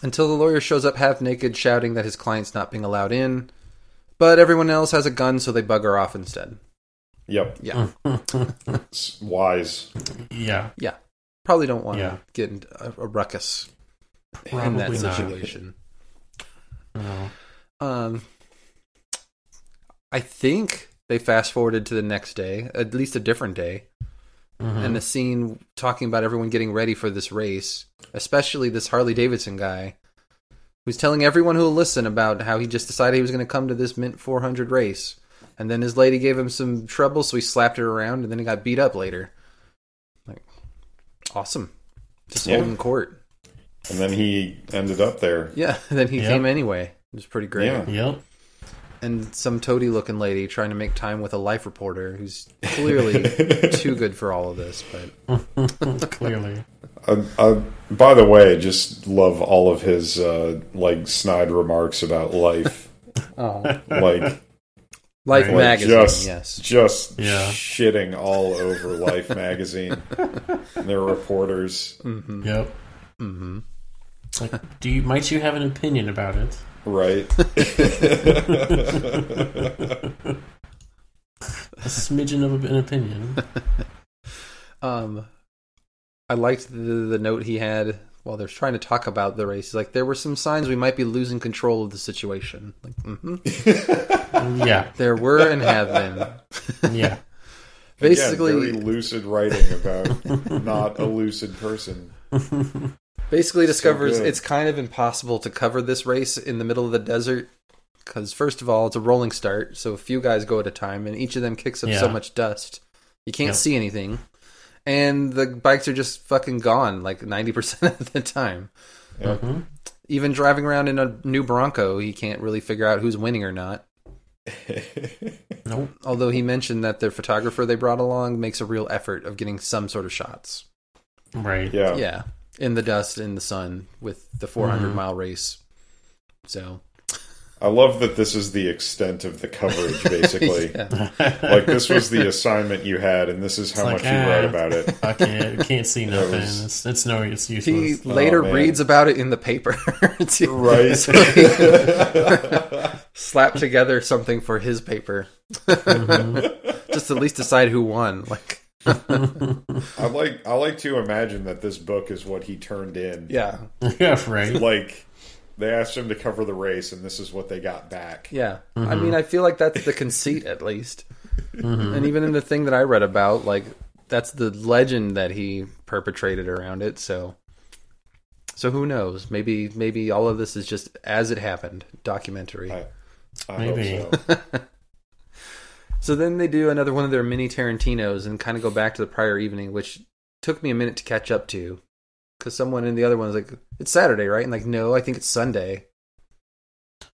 Speaker 1: until the lawyer shows up half naked shouting that his client's not being allowed in But everyone else has a gun, so they bugger off instead.
Speaker 3: [laughs] Yep.
Speaker 1: Yeah.
Speaker 3: It's wise.
Speaker 2: Yeah,
Speaker 1: Yeah. Probably don't want
Speaker 2: Yeah.
Speaker 1: to get into a, a ruckus in that
Speaker 2: probably not.
Speaker 1: situation.
Speaker 2: No.
Speaker 1: Um, I think they fast forwarded to the next day, at least a different day,
Speaker 3: Mm-hmm.
Speaker 2: Mhm.
Speaker 1: and the scene talking about everyone getting ready for this race, especially this Harley Davidson guy who's telling everyone who'll listen about how he just decided he was going to come to this Mint 400 race. And then his lady gave him some trouble, so he slapped her around, and then he got beat up later. Like, awesome. Just
Speaker 3: Yeah.
Speaker 1: holding court.
Speaker 3: And then he ended up there.
Speaker 1: Yeah, [laughs] and then he
Speaker 2: Yep.
Speaker 1: came anyway. It was pretty great.
Speaker 3: Yeah.
Speaker 2: Yep.
Speaker 1: and some toady looking lady trying to make time with a life reporter who's clearly too good for all of this but
Speaker 2: Clearly.
Speaker 3: Uh, uh, by the way, just love all of his uh, like snide remarks
Speaker 2: [laughs]
Speaker 3: about life. like
Speaker 1: life
Speaker 2: Right.
Speaker 1: magazine
Speaker 3: just,
Speaker 1: yes [laughs]
Speaker 3: Just
Speaker 2: Yeah.
Speaker 3: shitting all over
Speaker 2: [laughs]
Speaker 3: Life magazine and their reporters.
Speaker 2: Yep. Mm-hmm. Like, do you might you have an opinion
Speaker 1: [laughs]
Speaker 2: about it? [laughs]
Speaker 3: Right.
Speaker 2: A smidgen of an opinion.
Speaker 1: um i liked the, the note he had while they're trying to talk about the race He's like there were some signs we might be losing control of the situation like hmm
Speaker 2: yeah.
Speaker 1: there were and have been
Speaker 2: Yeah.
Speaker 1: basically
Speaker 3: Again, very lucid
Speaker 2: [laughs]
Speaker 3: writing about not a lucid person.
Speaker 1: basically discovers
Speaker 3: good.
Speaker 1: it's kind of impossible to cover this race in the middle of the desert because first of all it's a rolling start so a few guys go at a time and each of them kicks up so
Speaker 2: Yeah.
Speaker 1: much dust you can't
Speaker 2: Yep.
Speaker 1: see anything and the bikes are just fucking gone like 90% [laughs] of the time
Speaker 3: Yeah.
Speaker 2: Mm-hmm.
Speaker 1: even driving around in a new bronco he can't really figure out who's winning or not
Speaker 2: Nope.
Speaker 1: although he mentioned that their photographer they brought along makes a real effort of getting some sort of shots
Speaker 2: Right.
Speaker 3: Yeah.
Speaker 1: yeah in the dust in the sun with the 400
Speaker 2: Mm-hmm.
Speaker 1: mile race so
Speaker 3: I love that this is the extent of
Speaker 2: [laughs]
Speaker 3: the coverage, basically.
Speaker 1: Yeah.
Speaker 3: Like, this was the assignment you had, and this is how
Speaker 2: like,
Speaker 3: much you wrote
Speaker 2: ah. [laughs]
Speaker 3: about it.
Speaker 2: I can't, can't see nothing.
Speaker 3: was-
Speaker 2: It's, it's no. It's
Speaker 1: He
Speaker 2: useless.
Speaker 1: later
Speaker 3: oh, man.
Speaker 1: reads about it in the paper. [laughs] to [laughs]
Speaker 3: Right.
Speaker 1: Slap together something for his paper. [laughs]
Speaker 3: Mm-hmm.
Speaker 1: Just to at least decide who won. Like,
Speaker 3: I like I like to imagine that this book is what he turned in.
Speaker 1: yeah,
Speaker 2: [laughs] yeah. Right.
Speaker 3: Like they asked him to cover the race and this is what they got back.
Speaker 1: yeah. I
Speaker 3: Mm-hmm.
Speaker 1: mean, I feel like that's the conceit, at least. And even in the thing that I read about, like, that's the legend that he perpetrated around it. So, so who knows? Maybe, maybe all of this is just as it happened, documentary.
Speaker 3: I, I
Speaker 2: Maybe.
Speaker 3: hope so.
Speaker 1: [laughs] So then they do another one of their mini Tarantinos and kind of go back to the prior evening, which took me a minute to catch up to. Because someone in the other one was like, it's Saturday, right? And like, no, I think it's Sunday.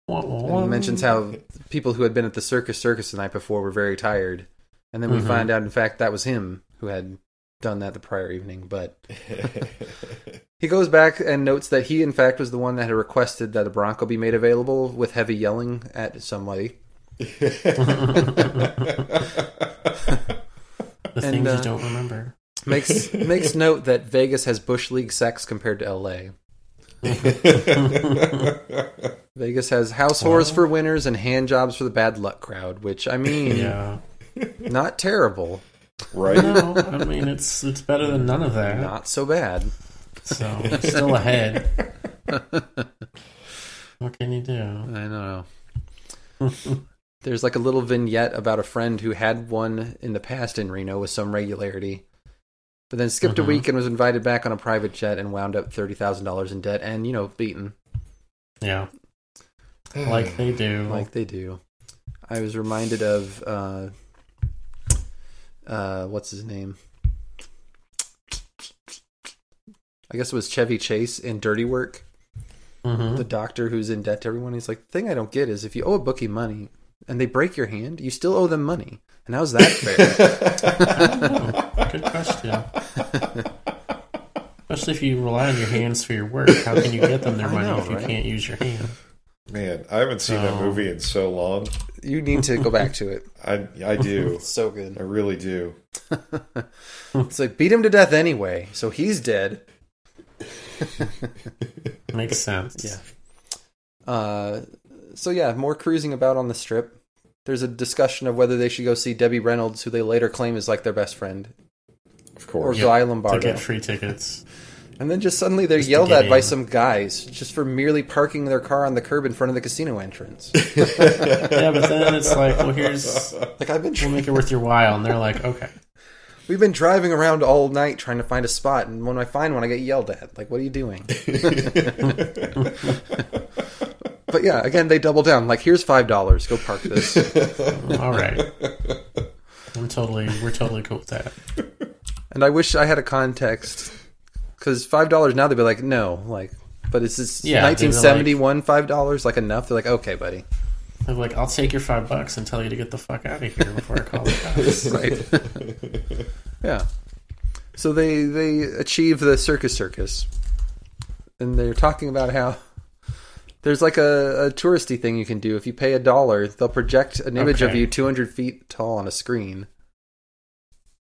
Speaker 2: Wah,
Speaker 1: And
Speaker 2: wah,
Speaker 1: he mentions how people who had been at the circus circus the night before were very tired. And then we
Speaker 2: Mhm.
Speaker 1: find out, in fact, that was him who had done that the prior evening. But
Speaker 2: [laughs]
Speaker 1: he goes back and notes that he, in fact, was the one that had requested that a Bronco be made available with heavy yelling at somebody.
Speaker 2: wah. the
Speaker 1: and,
Speaker 2: things
Speaker 1: uh,
Speaker 2: you don't remember.
Speaker 1: Makes makes note that Vegas has bush league sex compared to L.A. Vegas has house whores for winners and hand jobs for the bad luck crowd, which I mean,
Speaker 2: Yeah.
Speaker 1: not terrible,
Speaker 3: [laughs] right?
Speaker 2: No. I mean, it's it's better than none of that.
Speaker 1: not so bad.
Speaker 2: So still ahead. what can you do?
Speaker 1: I don't know. There's like a little vignette about a friend who had one in the past in Reno with some regularity, but then skipped a week and was invited back on a private jet and wound up thirty thousand dollars in debt and you know beaten
Speaker 2: Yeah. Like they do.
Speaker 1: like they do. I was reminded of uh, uh, what's his name? I guess it was Chevy Chase in Dirty Work.
Speaker 2: Mhm.
Speaker 1: the doctor who's in debt to everyone. He's like, the thing I don't get is if you owe a bookie money and they break your hand, you still owe them money. And how's that fair? [laughs]
Speaker 2: Good question. Especially if you rely on your hands for your work, how can you get them their
Speaker 1: I
Speaker 2: money
Speaker 1: know,
Speaker 2: if you
Speaker 1: right?
Speaker 2: can't use your hand?
Speaker 3: Man, I haven't seen that movie in so long.
Speaker 1: you need to go back to it.
Speaker 3: I
Speaker 1: [laughs]
Speaker 3: I do.
Speaker 1: So
Speaker 3: I
Speaker 1: good.
Speaker 3: really do.
Speaker 1: It's like beat him to death anyway, so he's dead.
Speaker 2: Makes sense.
Speaker 1: Yeah. Uh, so yeah, more cruising about on the strip. there's a discussion of whether they should go see Debbie Reynolds, who they later claim is like their best friend,
Speaker 3: Of
Speaker 1: or
Speaker 3: course.
Speaker 1: Guy
Speaker 2: to
Speaker 1: Lombardo.
Speaker 2: get free tickets.
Speaker 1: And then just suddenly they're
Speaker 2: Just to
Speaker 1: yelled
Speaker 2: get
Speaker 1: at by
Speaker 2: in.
Speaker 1: some guys just for merely parking their car on the curb in front of the casino
Speaker 2: [laughs]
Speaker 1: entrance.
Speaker 2: yeah, but then it's like, well, here's
Speaker 1: like I've been tr-
Speaker 2: we'll make it worth your while, and they're like, okay,
Speaker 1: we've been driving around all night trying to find a spot, and when I find one, I get yelled at. Like, what are you
Speaker 2: [laughs]
Speaker 1: doing? but yeah, again, they double down. Like, here's five dollars. Go park this.
Speaker 2: all right. I'm totally, we're totally cool with that.
Speaker 1: And I wish I had a context because five dollars now they'd be like, no, like, but is this
Speaker 2: Yeah, they'd be
Speaker 1: nineteen seventy one five dollars like enough? They're like, okay,
Speaker 2: [laughs]
Speaker 1: buddy,
Speaker 2: They're like, I'll take your five bucks and tell you to get the fuck out of here before I call the
Speaker 1: [laughs]
Speaker 2: cops.
Speaker 1: right? yeah. So they they achieve the circus circus, and they're talking about how. There's like a, a touristy thing you can do. If you pay a dollar, they'll project an image of
Speaker 2: Okay.
Speaker 1: you 200 feet tall on a screen.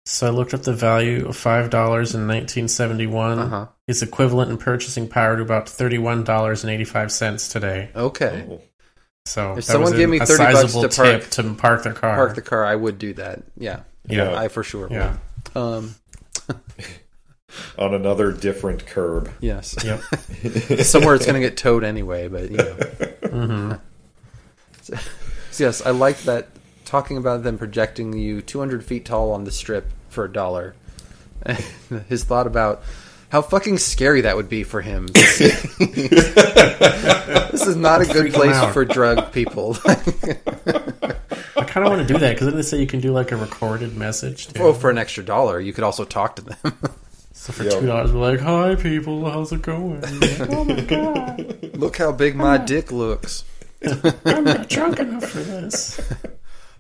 Speaker 2: So I looked up the value of five dollars in 1971.
Speaker 1: Uh-huh.
Speaker 2: It's equivalent in purchasing power to about thirty-one dollars and eighty-five cents today.
Speaker 1: Okay,
Speaker 2: Oh. So
Speaker 1: If
Speaker 2: that
Speaker 1: someone
Speaker 2: was
Speaker 1: gave
Speaker 2: a-
Speaker 1: me
Speaker 2: a
Speaker 1: 30 bucks
Speaker 2: sizable
Speaker 1: to park-
Speaker 2: tip to park their car.
Speaker 1: park the car. I would do that. Yeah,
Speaker 2: yeah,
Speaker 1: I for sure.
Speaker 2: yeah,
Speaker 1: Would. Um,
Speaker 3: On another different curb.
Speaker 1: yes. [laughs]
Speaker 2: yep.
Speaker 1: somewhere it's going to get towed anyway. But you know, Mm-hmm. so, yes, I like that. Talking about them projecting you 200 feet tall on the strip for a dollar. [laughs] And his thought about how fucking scary that would be for him. this is not a good
Speaker 2: Freak him
Speaker 1: place
Speaker 2: out.
Speaker 1: for drug people. [laughs]
Speaker 2: I kind of want to do that because then they say you can do like a recorded message. Too.
Speaker 1: oh, for an extra dollar, you could also talk to them. [laughs]
Speaker 2: so for
Speaker 3: Yeah.
Speaker 2: two dollars, we're like, "Hi, people, how's
Speaker 1: [laughs]
Speaker 2: it going?" oh my god,
Speaker 1: Look how big my dick looks.
Speaker 2: I'm not drunk enough for this.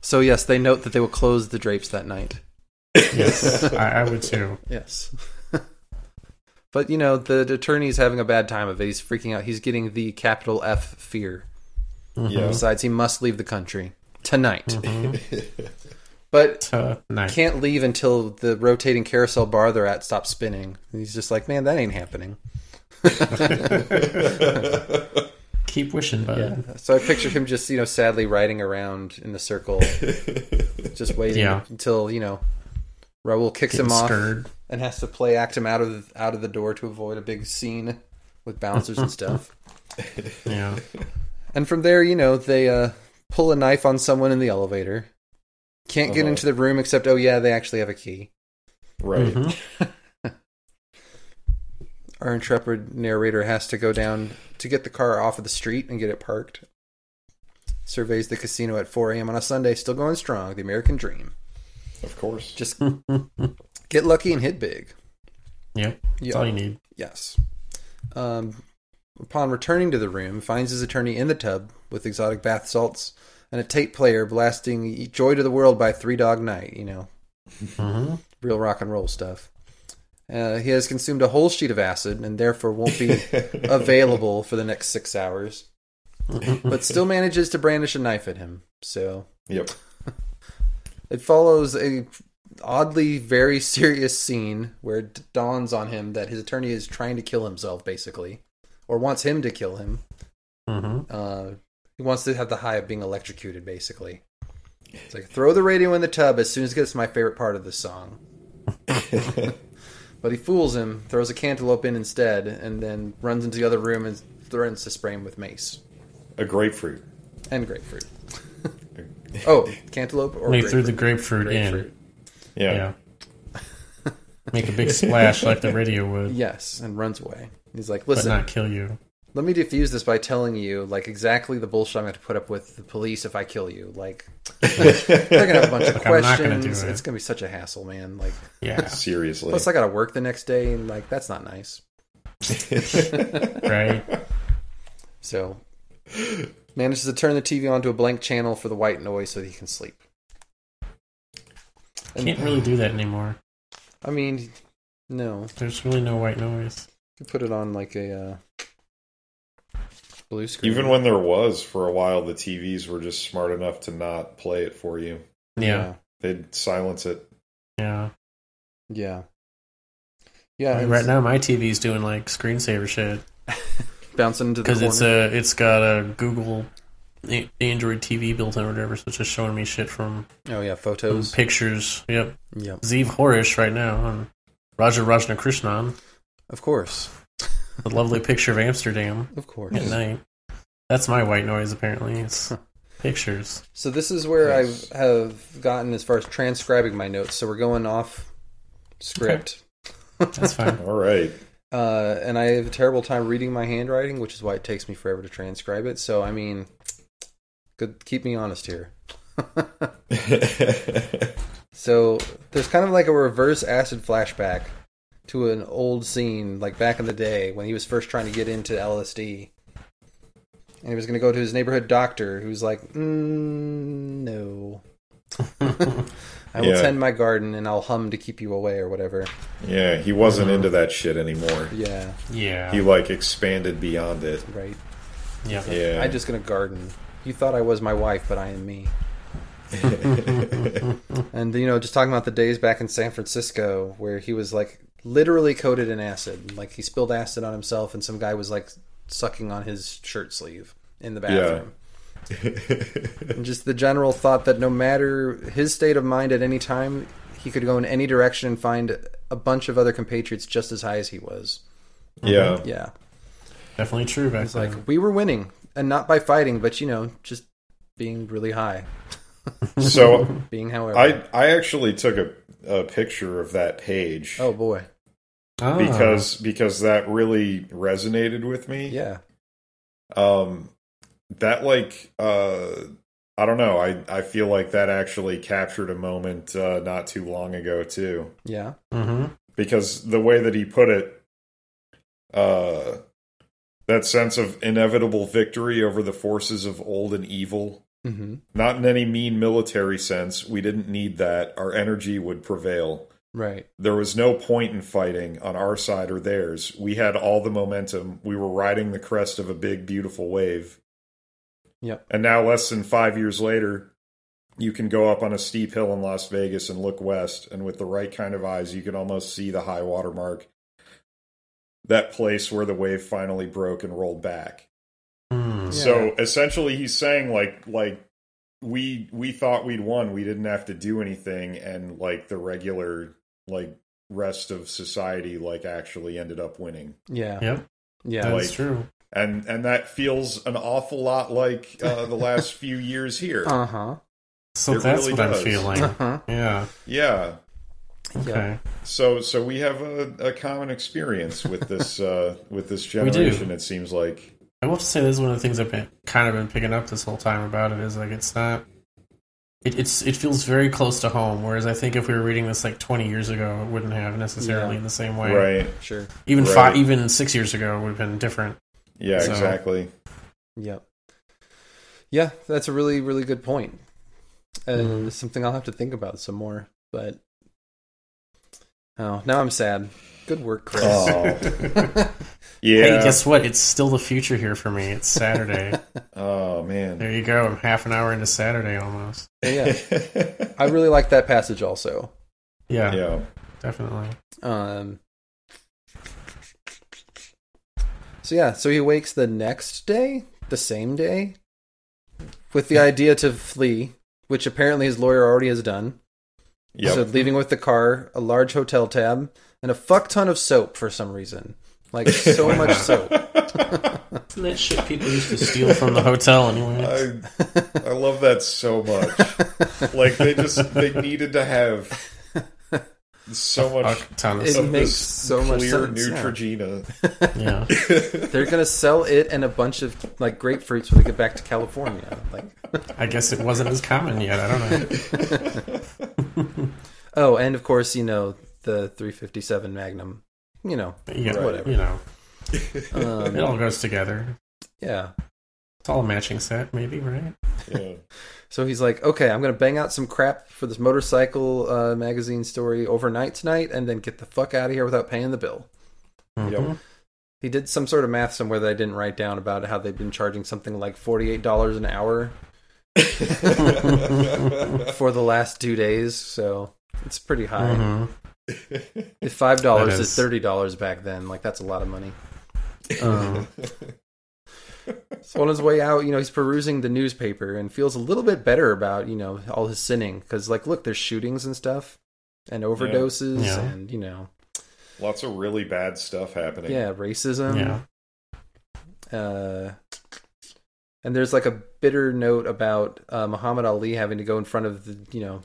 Speaker 1: So yes, they note that they will close the drapes that night.
Speaker 2: Yes, I, I would too.
Speaker 1: Yes. [laughs] but you know, the attorney's having a bad time of it. He's freaking out. He's getting the capital F fear.
Speaker 3: [laughs] Yeah.
Speaker 1: Besides, he must leave the country tonight. [laughs] but
Speaker 2: Uh, nice.
Speaker 1: can't leave until the rotating carousel bar they're at stops spinning. And he's just like, man, that ain't happening.
Speaker 2: Keep wishing, bud.
Speaker 1: So I picture him just, you know, sadly riding around in a circle, just waiting
Speaker 2: Yeah.
Speaker 1: until you know Raul kicks
Speaker 2: Getting
Speaker 1: him off
Speaker 2: stirred.
Speaker 1: and has to play act him out of out of the door to avoid a big scene with bouncers and stuff.
Speaker 2: Yeah.
Speaker 1: And from there, you know, they uh, pull a knife on someone in the elevator. Can't get
Speaker 3: Uh-huh.
Speaker 1: into the room except, oh yeah, they actually have a key.
Speaker 3: Right.
Speaker 2: Mhm.
Speaker 1: Our intrepid narrator has to go down to get the car off of the street and get it parked. Surveys the casino at 4 a.m. on a Sunday, still going strong. The American dream.
Speaker 3: Of course.
Speaker 1: Just get lucky and hit big.
Speaker 2: Yep. That's
Speaker 1: Yeah.
Speaker 2: all you need.
Speaker 1: Yes. Um, upon returning to the room, finds his attorney in the tub with exotic bath salts and a tape player blasting "Joy to the World" by Three Dog Night. You know,
Speaker 2: hmm
Speaker 1: real rock and roll stuff. Uh, he has consumed a whole sheet of acid and therefore won't be available for the next six hours, but still manages to brandish a knife at him. So
Speaker 3: Yep.
Speaker 1: it follows a oddly very serious scene where it dawns on him that his attorney is trying to kill himself, basically, or wants him to kill him.
Speaker 2: hmm
Speaker 1: Uh, he wants to have the high of being electrocuted, basically. It's like throw the radio in the tub as soon as it gets to my favorite part of the song. but he fools him, throws a cantaloupe in instead, and then runs into the other room and threatens to spray him with mace
Speaker 3: A grapefruit.
Speaker 1: and grapefruit. [laughs] oh, cantaloupe or
Speaker 2: They
Speaker 1: grapefruit.
Speaker 2: threw the grapefruit,
Speaker 1: grapefruit.
Speaker 2: in.
Speaker 3: Yeah.
Speaker 2: Yeah. [laughs] Make a big splash like the radio
Speaker 1: [laughs]
Speaker 2: would,
Speaker 1: Yes, and runs away. He's like,
Speaker 2: but
Speaker 1: listen,
Speaker 2: not kill you.
Speaker 1: let me defuse this by telling you, like, exactly the bullshit I'm going to put up with the police if I kill you.
Speaker 3: [laughs]
Speaker 1: Like, they're going to have a bunch of
Speaker 2: I'm not gonna do
Speaker 1: questions.
Speaker 2: it.
Speaker 1: It's going to be such a hassle, man. Like, [laughs]
Speaker 2: Yeah.
Speaker 3: Seriously.
Speaker 1: Plus, I got to work the next day, and like that's not nice.
Speaker 3: [laughs]
Speaker 2: right.
Speaker 1: So, manages to turn the TV onto a blank channel for the white noise so that he can sleep. And-
Speaker 2: Can't really do that anymore.
Speaker 1: I mean, no,
Speaker 2: There's really no white noise.
Speaker 1: you put it on like a uh, blue screen.
Speaker 3: Even when there was for a while, the TVs were just smart enough to not play it for you.
Speaker 2: Yeah.
Speaker 3: They'd silence it.
Speaker 2: Yeah.
Speaker 1: yeah, yeah,
Speaker 2: I mean,
Speaker 1: and
Speaker 2: right
Speaker 1: it's
Speaker 2: now, my TV's doing like screensaver shit uh,
Speaker 1: bouncing into the
Speaker 2: because
Speaker 1: corner.
Speaker 2: it's a it's got a Google a- Android TV built in or whatever, so it's just showing me shit from
Speaker 1: Oh yeah, photos.
Speaker 2: pictures. Yep.
Speaker 1: Yep.
Speaker 2: Zeev Horish right now on Raja Rajnakrishnan.
Speaker 1: Of
Speaker 2: [laughs]
Speaker 1: course.
Speaker 2: The lovely picture of Amsterdam
Speaker 1: Of course.
Speaker 2: at night. That's my white noise, apparently. It's pictures.
Speaker 1: So this is where
Speaker 3: Yes.
Speaker 1: I have gotten as far as transcribing my notes. So we're going off script,
Speaker 2: That's fine.
Speaker 3: [laughs] All right.
Speaker 1: uh, and I have a terrible time reading my handwriting, which is why it takes me forever to transcribe it. So I mean, good, keep me honest here. [laughs] so there's kind of like a reverse acid flashback to an old scene, like back in the day when he was first trying to get into LSD. And he was going to go to his neighborhood doctor, who was like, mm, "No, I will
Speaker 3: Yeah.
Speaker 1: tend my garden and I'll hum to keep you away or whatever."
Speaker 3: yeah, he wasn't into that shit anymore.
Speaker 1: Yeah,
Speaker 2: yeah.
Speaker 3: He like expanded beyond it.
Speaker 1: right.
Speaker 2: yeah.
Speaker 3: Yeah.
Speaker 1: I'm just gonna garden. You thought I was my wife, but I am me. and you know, just talking about the days back in San Francisco where he was like literally coated in acid. Like he spilled acid on himself, and some guy was like sucking on his shirt sleeve in the bathroom.
Speaker 3: [laughs]
Speaker 1: and just the general thought that no matter his state of mind at any time, he could go in any direction and find a bunch of other compatriots just as high as he was. [laughs]
Speaker 3: yeah.
Speaker 1: Yeah.
Speaker 2: Definitely true back
Speaker 1: It's
Speaker 2: then.
Speaker 1: like we were winning, and not by fighting, but you know, just being really high,
Speaker 3: So
Speaker 1: being however.
Speaker 3: I I actually took a, a picture of that page
Speaker 1: oh boy,
Speaker 2: Ah.
Speaker 3: because because that really resonated with me.
Speaker 1: yeah,
Speaker 3: um that like uh i don't know i i feel like that actually captured a moment uh not too long ago too
Speaker 1: yeah,
Speaker 2: Mhm.
Speaker 3: because the way that he put it uh that sense of inevitable victory over the forces of old and evil
Speaker 1: hmm
Speaker 3: not in any mean military sense we didn't need that our energy would prevail
Speaker 1: right,
Speaker 3: there was no point in fighting on our side or theirs. We had all the momentum. We were riding the crest of a big, beautiful wave.
Speaker 1: Yep.
Speaker 3: And now, less than five years later, you can go up on a steep hill in Las Vegas and look west, and with the right kind of eyes, you can almost see the high water mark. That place where the wave finally broke and rolled back.
Speaker 2: Mm.
Speaker 3: So essentially, he's saying like like we we thought we'd won. We didn't have to do anything, and like the regular like rest of society like actually ended up winning.
Speaker 1: yeah,
Speaker 2: Yep.
Speaker 1: yeah,
Speaker 2: That's
Speaker 3: Like-
Speaker 2: true.
Speaker 3: And and that feels an awful lot like
Speaker 2: [laughs]
Speaker 3: uh, the last few years here.
Speaker 1: uh huh,
Speaker 2: So
Speaker 3: It
Speaker 2: that's
Speaker 3: really
Speaker 2: what
Speaker 3: does.
Speaker 2: I'm
Speaker 3: [laughs]
Speaker 2: feeling.
Speaker 1: uh huh,
Speaker 2: yeah.
Speaker 3: Yeah.
Speaker 2: Okay.
Speaker 3: So so we have a, a common experience with this uh, with this
Speaker 2: [laughs] do.
Speaker 3: generation. It seems like
Speaker 2: I will have to say this is one of the things I've been kind of been picking up this whole time about it is like it's not it, it's it feels very close to home, whereas I think if we were reading this like twenty years ago, it wouldn't have necessarily
Speaker 1: Yeah.
Speaker 2: in the same way.
Speaker 3: right.
Speaker 1: sure,
Speaker 2: Even
Speaker 3: Right.
Speaker 2: five, even six years ago would have been different.
Speaker 3: Yeah.
Speaker 2: So-
Speaker 3: Exactly.
Speaker 1: yep, yeah. That's a really, really good point, and it's something I'll have to think about some more. But oh, now I'm sad. Good work, Chris.
Speaker 3: Oh. Yeah.
Speaker 2: Hey, guess what? It's still the future here for me. It's Saturday. [laughs]
Speaker 3: oh man.
Speaker 2: there you go. I'm half an hour into Saturday almost.
Speaker 1: [laughs] yeah, I really like that passage also.
Speaker 2: Yeah,
Speaker 3: [laughs] yeah.
Speaker 2: definitely.
Speaker 1: Um, so yeah, so he wakes the next day, the same day, with the idea to flee, which apparently his lawyer already has done.
Speaker 3: Yep.
Speaker 1: So leaving with the car, a large hotel tab, and a fuck ton of soap for some reason. Like so much soap.
Speaker 2: Isn't that shit people used to steal from the hotel anyway?
Speaker 3: I, I love that so much. like they just they needed to have so much
Speaker 2: Fuck ton of
Speaker 1: It
Speaker 2: stuff.
Speaker 3: of
Speaker 1: makes
Speaker 3: this
Speaker 1: so much
Speaker 3: clear
Speaker 1: sense, yeah.
Speaker 3: Neutrogena.
Speaker 2: Yeah.
Speaker 1: They're gonna sell it and a bunch of like grapefruits when they get back to California.
Speaker 3: [laughs]
Speaker 1: Like
Speaker 2: I guess it wasn't as common yet. I don't know.
Speaker 1: oh, and of course, you know, the three fifty seven Magnum. You know.
Speaker 2: Yeah,
Speaker 1: Whatever.
Speaker 2: You know,
Speaker 1: Um,
Speaker 2: it all goes together.
Speaker 1: yeah.
Speaker 2: It's all a matching set, maybe, right?
Speaker 3: Yeah.
Speaker 1: So he's like, okay, I'm going to bang out some crap for this motorcycle uh, magazine story overnight tonight and then get the fuck out of here without paying the bill.
Speaker 2: Mm-hmm.
Speaker 3: Yep.
Speaker 1: He did some sort of math somewhere that I didn't write down about how they've been charging something like $48 an hour for the last two days. So it's pretty high.
Speaker 2: Mhm.
Speaker 1: If $5
Speaker 2: That
Speaker 1: is.
Speaker 2: is.
Speaker 1: $30 back then, like that's a lot of money. So on his way out, you know, he's perusing the newspaper and feels a little bit better about, you know, all his sinning because, like, look, there's shootings and stuff, and overdoses,
Speaker 2: Yeah.
Speaker 1: and you know,
Speaker 3: [laughs] Lots of really bad stuff happening. [laughs]
Speaker 1: yeah, racism.
Speaker 2: yeah.
Speaker 1: Uh, and there's like a bitter note about uh, Muhammad Ali having to go in front of the, you know,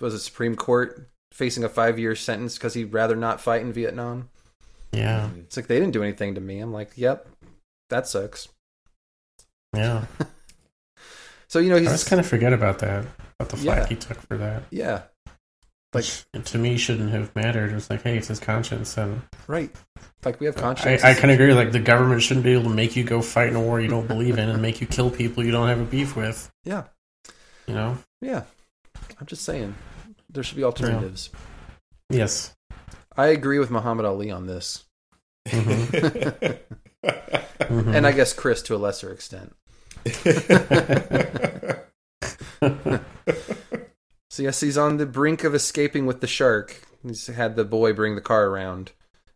Speaker 1: was it Supreme Court facing a five year sentence because he'd rather not fight in Vietnam.
Speaker 2: Yeah.
Speaker 1: It's like they didn't do anything to me. I'm like, yep, that sucks.
Speaker 2: Yeah.
Speaker 1: So you know,
Speaker 2: I
Speaker 1: he's
Speaker 2: always kind of forget about that. About the flack
Speaker 1: Yeah.
Speaker 2: he took for that.
Speaker 1: yeah, Like-
Speaker 2: Which to me shouldn't have mattered. It was like, hey, it's his conscience and
Speaker 1: right. Like we have
Speaker 2: I,
Speaker 1: conscience.
Speaker 2: I can agree, like the government shouldn't be able to make you go fight in a war you don't believe in and make you kill people you don't have a beef with.
Speaker 1: Yeah.
Speaker 2: You know?
Speaker 1: Yeah, I'm just saying there should be alternatives.
Speaker 2: Yes.
Speaker 1: I agree with Muhammad Ali on this,
Speaker 2: Mhm.
Speaker 1: and I guess Chris to a lesser extent. So yes, he's on the brink of escaping with the shark. He's had the boy bring the car around,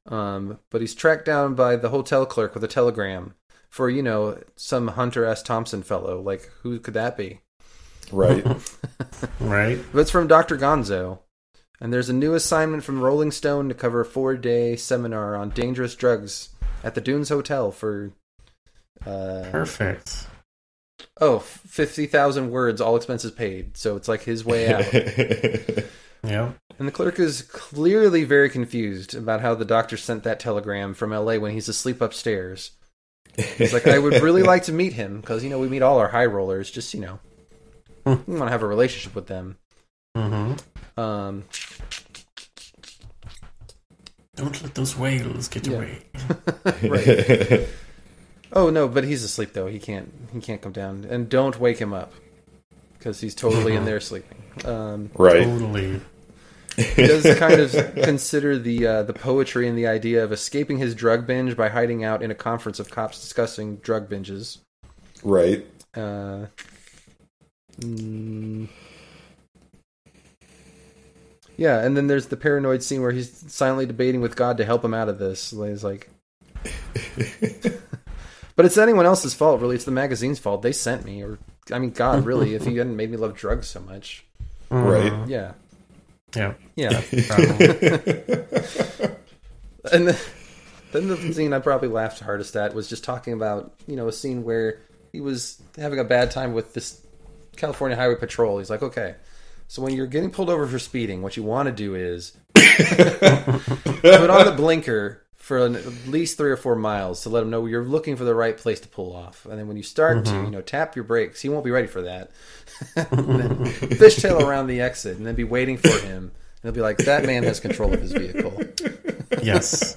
Speaker 1: um, but he's tracked down by the hotel clerk with a telegram for you know some Hunter S. Thompson fellow. Like who could that be? [laughs]
Speaker 3: right.
Speaker 2: [laughs] right?
Speaker 1: But it's from Dr. Gonzo. And there's a new assignment from Rolling Stone to cover a four day seminar on dangerous drugs at the Dunes Hotel for, uh,
Speaker 2: Perfect.
Speaker 1: oh, 50,000 words, all expenses paid. So it's like his way
Speaker 3: [laughs]
Speaker 1: out.
Speaker 2: Yep.
Speaker 1: and the clerk is clearly very confused about how the doctor sent that telegram from LA when he's asleep upstairs. He's like, I would really like to meet him because, you know, we meet all our high rollers, just, you know, we want to have a relationship with them.
Speaker 2: hmm
Speaker 1: Um, [laughs]
Speaker 2: Don't let those whales get
Speaker 1: Yeah.
Speaker 2: away.
Speaker 1: Oh no, but he's asleep though. He can't. He can't come down. And don't wake him up because he's totally in there sleeping. Um,
Speaker 3: [laughs] right.
Speaker 2: Totally.
Speaker 1: he does kind of consider the uh, the poetry and the idea of escaping his drug binge by hiding out in a conference of cops discussing drug binges.
Speaker 3: [laughs] Right. [laughs]
Speaker 1: Uh, mm. yeah, and then there's the paranoid scene where he's silently debating with God to help him out of this. He's like, but it's anyone else's fault, really. It's the magazine's fault. They sent me, or I mean, God, really. if he hadn't made me love drugs so much,
Speaker 3: Right.
Speaker 1: yeah,
Speaker 2: Yeah.
Speaker 1: yeah. [laughs]
Speaker 2: Probably.
Speaker 1: and then, then the scene I probably laughed hardest at was just talking about you know a scene where he was having a bad time with this California Highway Patrol. He's like, okay, so when you're getting pulled over for speeding, what you want to do is put on the blinker for an, at least three or four miles to let him know you're looking for the right place to pull off. And then when you start to, you know, tap your brakes. He won't be ready for that. and then fishtail around the exit and then be waiting for him. And he'll be like, that man has control of his vehicle [laughs]
Speaker 2: yes.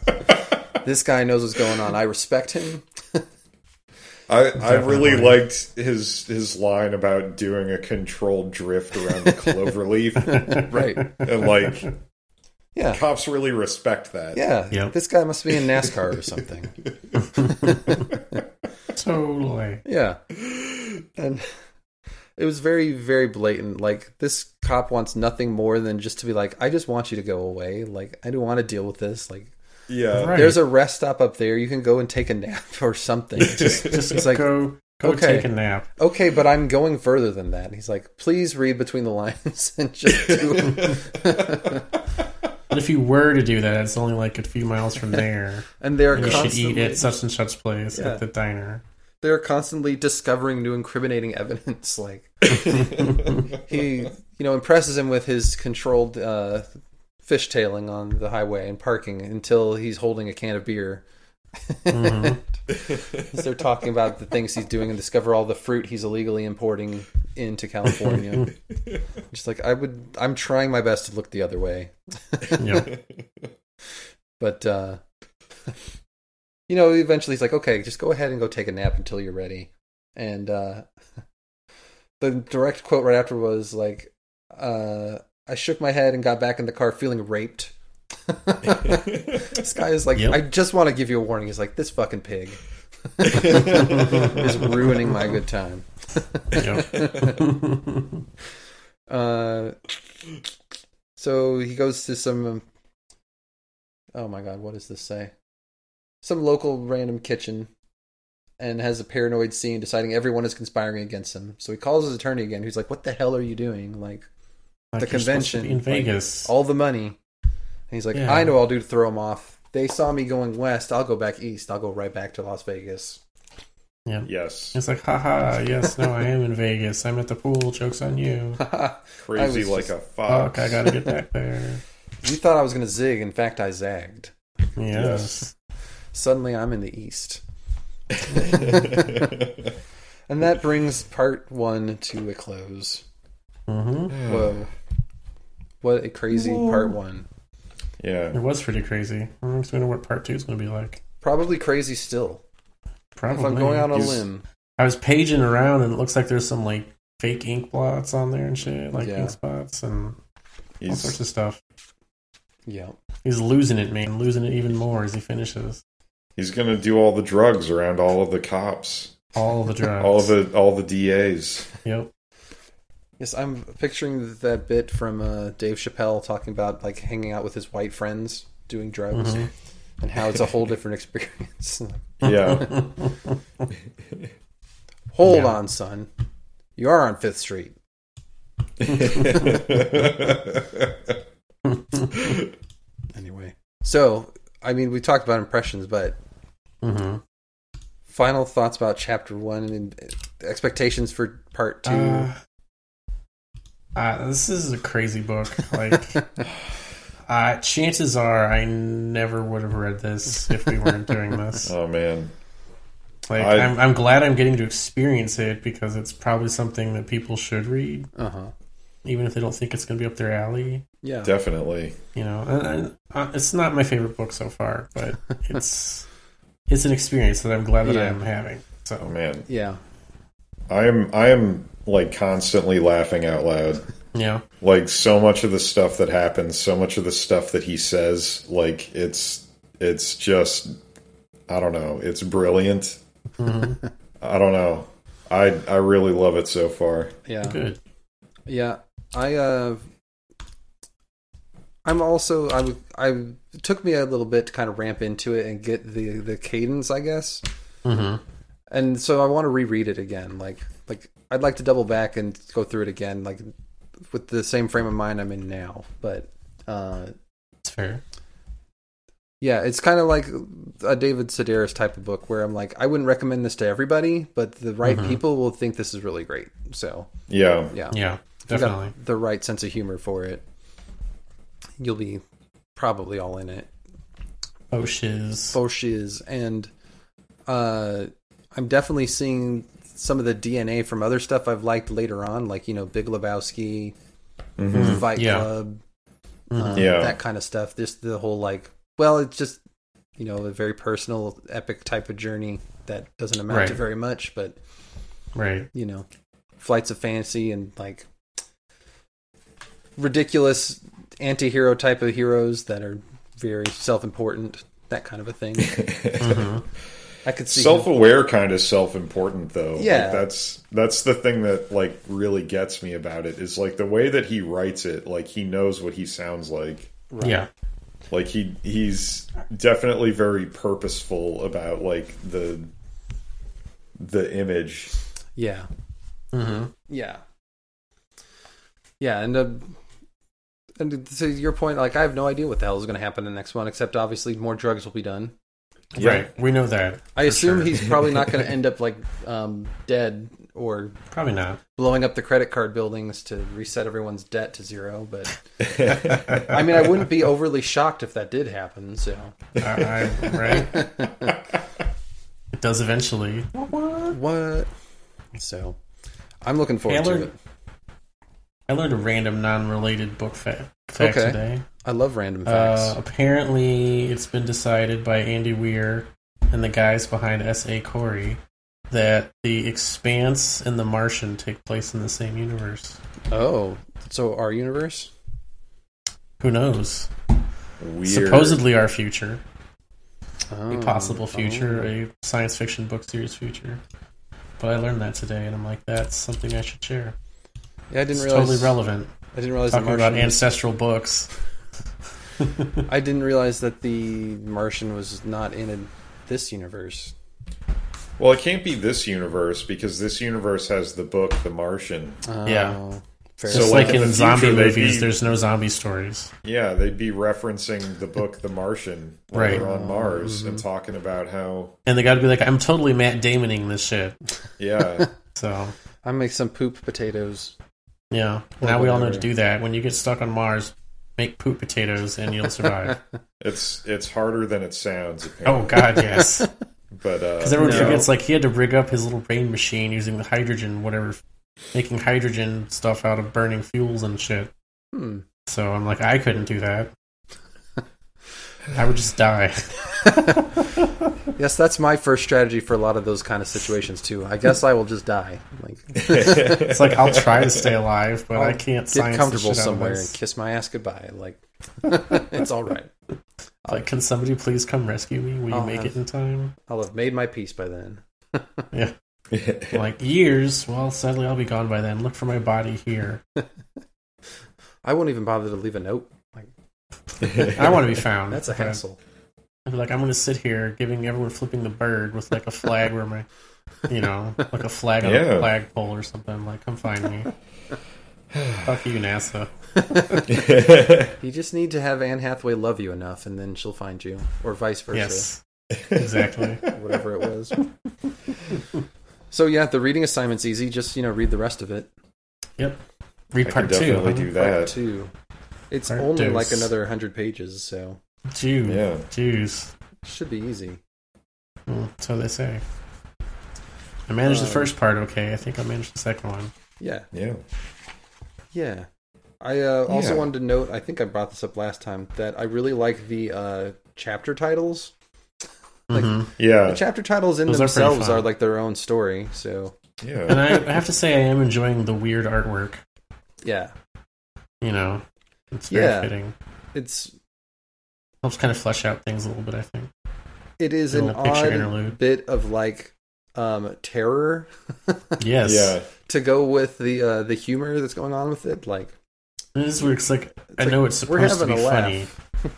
Speaker 1: this guy knows what's going on. I respect him.
Speaker 3: I, I really liked his his line about doing a controlled drift around the
Speaker 1: [laughs]
Speaker 3: cloverleaf and
Speaker 1: Right.
Speaker 3: like
Speaker 1: Yeah.
Speaker 3: cops really respect that.
Speaker 1: Yeah.
Speaker 2: Yep.
Speaker 1: This guy must be in NASCAR or something.
Speaker 2: Totally.
Speaker 1: Yeah. And it was very, very blatant. Like, this cop wants nothing more than just to be like, I just want you to go away. Like, I don't want to deal with this. Like,
Speaker 3: Yeah. [laughs]
Speaker 2: Right.
Speaker 1: there's a rest stop up there. You can go and take a nap [laughs] or something. [laughs] Just,
Speaker 2: Just
Speaker 1: it's like,
Speaker 2: go, go
Speaker 1: okay.
Speaker 2: take a nap.
Speaker 1: okay, but I'm going further than that. And he's like, please read between the lines [laughs] and just do.
Speaker 2: But if you were to do that, it's only like a few
Speaker 1: [laughs]
Speaker 2: miles from there.
Speaker 1: And they are
Speaker 2: and you should eat
Speaker 1: constantly,
Speaker 2: at such and such place
Speaker 1: Yeah.
Speaker 2: at the diner.
Speaker 1: they're constantly discovering new incriminating evidence. [laughs] Like, he you know impresses him with his controlled uh fishtailing on the highway and parking until he's holding a can of beer
Speaker 2: Mm-hmm.
Speaker 1: [laughs] As they're talking about the things he's doing and discover all the fruit he's illegally importing into california
Speaker 2: [laughs]
Speaker 1: just like i would i'm trying my best to look the other way
Speaker 2: Yep.
Speaker 1: but uh [laughs] you know eventually he's like okay just go ahead and go take a nap until you're ready and uh [laughs] the direct quote right after was like uh i shook my head and got back in the car feeling raped [laughs] this guy is like
Speaker 2: Yep.
Speaker 1: i just want to give you a warning he's like this fucking pig [laughs] is ruining my good time [laughs]
Speaker 2: Yep. [laughs]
Speaker 1: Uh, so he goes to some. um, Oh my god, what does this say? Some local random kitchen, and has a paranoid scene deciding everyone is conspiring against him. So he calls his attorney again, who's like, What the hell are you doing? Like,
Speaker 2: Like,
Speaker 1: the
Speaker 2: you're supposed to
Speaker 1: convention
Speaker 2: be in
Speaker 1: like,
Speaker 2: Vegas.
Speaker 1: all the money. And he's like,
Speaker 2: Yeah.
Speaker 1: I know I'll do to throw him off. They saw me going west. I'll go back east. I'll go right back to Las Vegas. [laughs]
Speaker 2: yeah.
Speaker 3: Yes.
Speaker 2: It's like, haha, yes, no, I am in Vegas. I'm at the pool. Joke's on you.
Speaker 3: Crazy
Speaker 1: was
Speaker 3: like
Speaker 1: just-
Speaker 3: a fox.
Speaker 2: Fuck, I
Speaker 3: [laughs]
Speaker 2: gotta get back there.
Speaker 1: [laughs] you thought I was going to zig. In fact, I zagged.
Speaker 2: Yes.
Speaker 1: Suddenly, I'm in the east. [laughs] And that brings part one to a close.
Speaker 2: Mm-hmm.
Speaker 3: Hmm.
Speaker 1: Whoa. What a crazy part one.
Speaker 2: It
Speaker 3: yeah.
Speaker 2: was pretty crazy. I'm just wondering what part two's gonna be like.
Speaker 1: Probably crazy still.
Speaker 2: Probably.
Speaker 1: If I'm going out on a
Speaker 3: He's-
Speaker 1: limb.
Speaker 2: I was paging around and it looks like there's some like fake ink blots on there and shit, like
Speaker 1: Yeah.
Speaker 2: ink spots and all sorts
Speaker 3: He's
Speaker 2: of stuff.
Speaker 1: Yeah.
Speaker 2: He's losing it, man, losing it even more as he finishes
Speaker 3: he's gonna do all the drugs around all of the cops.
Speaker 2: all
Speaker 1: [laughs]
Speaker 2: the drugs.
Speaker 3: All the all the DAs.
Speaker 2: Yep.
Speaker 1: Yes, I'm picturing that bit from uh, Dave Chappelle talking about like hanging out with his white friends doing drugs
Speaker 2: Mhm.
Speaker 1: and how it's a whole different experience. [laughs]
Speaker 3: Yeah.
Speaker 1: Hold
Speaker 2: Yeah.
Speaker 1: on, son. You are on Fifth Street.
Speaker 3: [laughs] Oh,
Speaker 1: Anyway. So, I mean, we talked about impressions, but
Speaker 2: hmm
Speaker 1: final thoughts about chapter one and uh, expectations for part two.
Speaker 2: Uh, uh, this is a
Speaker 1: [laughs]
Speaker 2: crazy book. Like, uh, chances are I never would have read this if we weren't doing this.
Speaker 3: oh man.
Speaker 2: Like,
Speaker 3: I-
Speaker 2: I'm, I'm glad I'm getting to experience it because it's probably something that people should read,
Speaker 1: Uh huh.
Speaker 2: even if they don't think it's going to be up their alley.
Speaker 1: Yeah.
Speaker 3: Definitely.
Speaker 2: You know, and, and, uh, it's not my favorite book so far, but it's it's an experience that I'm glad that
Speaker 1: Yeah.
Speaker 2: I'm having.
Speaker 3: Oh
Speaker 2: So
Speaker 3: man.
Speaker 1: yeah.
Speaker 3: I am I am like constantly laughing out loud.
Speaker 2: yeah,
Speaker 3: Like so much of the stuff that happens, so much of the stuff that he says, like it's it's just I don't know, it's brilliant. I don't know. I I really love it so far.
Speaker 1: Yeah.
Speaker 2: good.
Speaker 1: Yeah, I uh, I'm also I w- I it took me a little bit to kind of ramp into it and get the the cadence, I guess.
Speaker 2: hmm
Speaker 1: And so I want to reread it again. Like like I'd like to double back and go through it again, like with the same frame of mind I'm in now. But uh,
Speaker 2: It's fair.
Speaker 1: yeah, it's kind of like a David Sedaris type of book where I'm like, I wouldn't recommend this to everybody, but the right
Speaker 2: Mhm.
Speaker 1: people will think this is really great. So
Speaker 3: Yeah.
Speaker 1: yeah.
Speaker 2: Yeah,
Speaker 1: you got
Speaker 2: definitely.
Speaker 1: the right sense of humor for it, you'll be probably all in it.
Speaker 2: Oh shiz.
Speaker 1: Faux shiz. And uh, I'm definitely seeing some of the DNA from other stuff I've liked later on, like, you know, Big Lebowski,
Speaker 3: Mhm.
Speaker 1: Fight
Speaker 2: yeah.
Speaker 1: Club,
Speaker 2: Mhm.
Speaker 1: uh,
Speaker 3: Yeah.
Speaker 1: that kind of stuff. Just the whole, like, well, it's just, you know, a very personal, epic type of journey that doesn't amount to
Speaker 2: Right.
Speaker 1: very much, but
Speaker 2: Right.
Speaker 1: you know, flights of fancy and like ridiculous anti-hero type of heroes that are very self-important, that kind of a thing.
Speaker 3: [laughs]
Speaker 2: Mhm.
Speaker 1: I could see him-
Speaker 3: self-aware kind of self-important though Like,
Speaker 1: Yeah.
Speaker 3: that's that's the thing that like really gets me about it is like the way that he writes it like he knows what he sounds like
Speaker 2: Yeah.
Speaker 3: like he he's definitely very purposeful about like the the image
Speaker 1: yeah,
Speaker 2: hmm
Speaker 1: yeah, yeah, and uh, and to your point, like I have no idea what the hell is going to happen in the next one, except obviously more drugs will be done.
Speaker 3: Yeah.
Speaker 2: Right. We know that.
Speaker 1: I
Speaker 2: for
Speaker 1: assume
Speaker 2: sure.
Speaker 1: he's probably not
Speaker 2: [laughs]
Speaker 1: going to end up like um, dead or
Speaker 2: probably not.
Speaker 1: blowing up the credit card buildings to reset everyone's debt to zero, but. I
Speaker 2: [laughs]
Speaker 1: mean, I wouldn't be overly shocked if that did happen. So
Speaker 2: I, Uh, I, right. It does eventually.
Speaker 1: what? So I'm looking forward to
Speaker 2: Taylor?
Speaker 1: it.
Speaker 2: I learned a random non-related book fa- fact
Speaker 1: Okay.
Speaker 2: today.
Speaker 1: I love random facts.
Speaker 2: Uh, apparently, it's been decided by Andy Weir and the guys behind S.A. Corey that The Expanse and The Martian take place in the same universe.
Speaker 1: oh, so our universe?
Speaker 2: Who knows?
Speaker 3: [laughs] weird
Speaker 2: Supposedly, our future,
Speaker 1: Oh,
Speaker 2: a possible future, a science fiction book series future. But I learned that today, and I'm like, that's something I should share.
Speaker 1: oh. Yeah, I didn't
Speaker 2: It's
Speaker 1: realize.
Speaker 2: totally relevant.
Speaker 1: I didn't realize the
Speaker 2: Talking about
Speaker 1: Martian. Was,
Speaker 2: ancestral books.
Speaker 1: [laughs] I didn't realize that the Martian was not in a, this universe.
Speaker 3: Well, it can't be this universe because this universe has the book The Martian.
Speaker 2: Yeah.
Speaker 1: Oh, Fair.
Speaker 3: So,
Speaker 2: Just
Speaker 3: like,
Speaker 1: [laughs]
Speaker 2: like
Speaker 3: in
Speaker 2: in
Speaker 3: the
Speaker 2: zombie
Speaker 3: future, they'd
Speaker 2: movies,
Speaker 3: be-
Speaker 2: there's no zombie stories.
Speaker 3: Yeah, they'd be referencing the book The Martian when
Speaker 2: Right.
Speaker 3: they're on Mars
Speaker 1: Mm-hmm.
Speaker 3: and talking about how
Speaker 2: And they gotta be like, I'm totally Matt Damoning this shit. [laughs]
Speaker 3: yeah,
Speaker 2: So
Speaker 1: I make some poop potatoes.
Speaker 2: yeah.
Speaker 1: Or
Speaker 2: now we all know to
Speaker 1: whatever.
Speaker 2: do that. When you get stuck on Mars, make poop potatoes and
Speaker 1: [laughs]
Speaker 2: you'll survive. [laughs]
Speaker 3: it's it's harder than it sounds apparently.
Speaker 2: oh
Speaker 1: [laughs]
Speaker 2: god, yes.
Speaker 3: But uh
Speaker 2: Because everyone
Speaker 1: No.
Speaker 2: forgets, like, he had to rig up his little brain machine using the hydrogen, whatever, making hydrogen stuff out of burning fuels and shit.
Speaker 1: Hmm.
Speaker 2: So I'm like, I couldn't do that. I would just die. [laughs]
Speaker 1: [laughs] Yes, that's my first strategy for a lot of those kind of situations too. I guess I will just die. Like
Speaker 2: It's like I'll try to
Speaker 3: [laughs]
Speaker 2: stay alive, but I
Speaker 1: I'll
Speaker 2: can't
Speaker 1: get
Speaker 2: science
Speaker 1: comfortable
Speaker 2: the shit out of
Speaker 1: somewhere
Speaker 2: this.
Speaker 1: and kiss my ass goodbye. Like [laughs] it's all right.
Speaker 2: Like, can somebody please come rescue me? Will you
Speaker 1: I'll
Speaker 2: make
Speaker 1: have-
Speaker 2: it in time?
Speaker 1: I'll have made my peace by then. [laughs]
Speaker 2: Like years? Well, sadly, I'll be gone by then. Look for my body here.
Speaker 1: I won't even bother to leave a note.
Speaker 2: I
Speaker 1: [laughs]
Speaker 3: [laughs]
Speaker 2: want to be found.
Speaker 1: That's a
Speaker 2: but
Speaker 1: hassle.
Speaker 2: I'd be like, I'm going to sit here giving everyone flipping the bird with like a flag where my, you know, like a flag on
Speaker 3: Yeah.
Speaker 2: a flagpole or something. Like, come find
Speaker 3: [sighs]
Speaker 2: me. Fuck you, NASA.
Speaker 1: [laughs] You just need to have Anne Hathaway love you enough, and then she'll find you, or vice versa.
Speaker 2: Yes, exactly.
Speaker 1: whatever it was. so yeah, the reading assignment's easy. Just you know, read the rest of it.
Speaker 2: Read
Speaker 3: I
Speaker 2: part
Speaker 3: can definitely
Speaker 2: two.
Speaker 3: do
Speaker 1: Part
Speaker 3: that.
Speaker 1: two. It's
Speaker 2: Part
Speaker 1: only
Speaker 2: two.
Speaker 1: like another hundred pages, so
Speaker 2: [laughs] Jew.
Speaker 3: Yeah.
Speaker 2: Jews.
Speaker 1: should be easy.
Speaker 2: Mm, so they say. I managed
Speaker 1: Um,
Speaker 2: the first part okay. I think I managed the second one.
Speaker 1: Yeah,
Speaker 3: Yeah.
Speaker 1: yeah. I uh, also
Speaker 3: Yeah.
Speaker 1: wanted to note. I think I brought this up last time that I really like the uh, chapter titles. Like-
Speaker 2: Mhm.
Speaker 1: The
Speaker 3: Yeah.
Speaker 1: chapter titles in
Speaker 2: Those are pretty
Speaker 1: themselves
Speaker 2: fun.
Speaker 1: are like their own story. So
Speaker 2: and
Speaker 3: Yeah.
Speaker 2: I, I have to say, I am enjoying the weird artwork.
Speaker 1: yeah,
Speaker 2: You know, it's very
Speaker 1: Yeah.
Speaker 2: fitting.
Speaker 1: it's
Speaker 2: Helps kind of flesh out things a little bit. I think.
Speaker 1: it is
Speaker 2: A
Speaker 1: an
Speaker 2: little picture
Speaker 1: odd
Speaker 2: interlude.
Speaker 1: bit of like um terror
Speaker 2: Yes.
Speaker 3: Yeah.
Speaker 1: to go with the uh, the humor that's going on with it. Like
Speaker 2: It is weird. It's like I
Speaker 1: like,
Speaker 2: know it's
Speaker 1: we're
Speaker 2: supposed to
Speaker 1: having
Speaker 2: be
Speaker 1: a laugh.
Speaker 2: funny.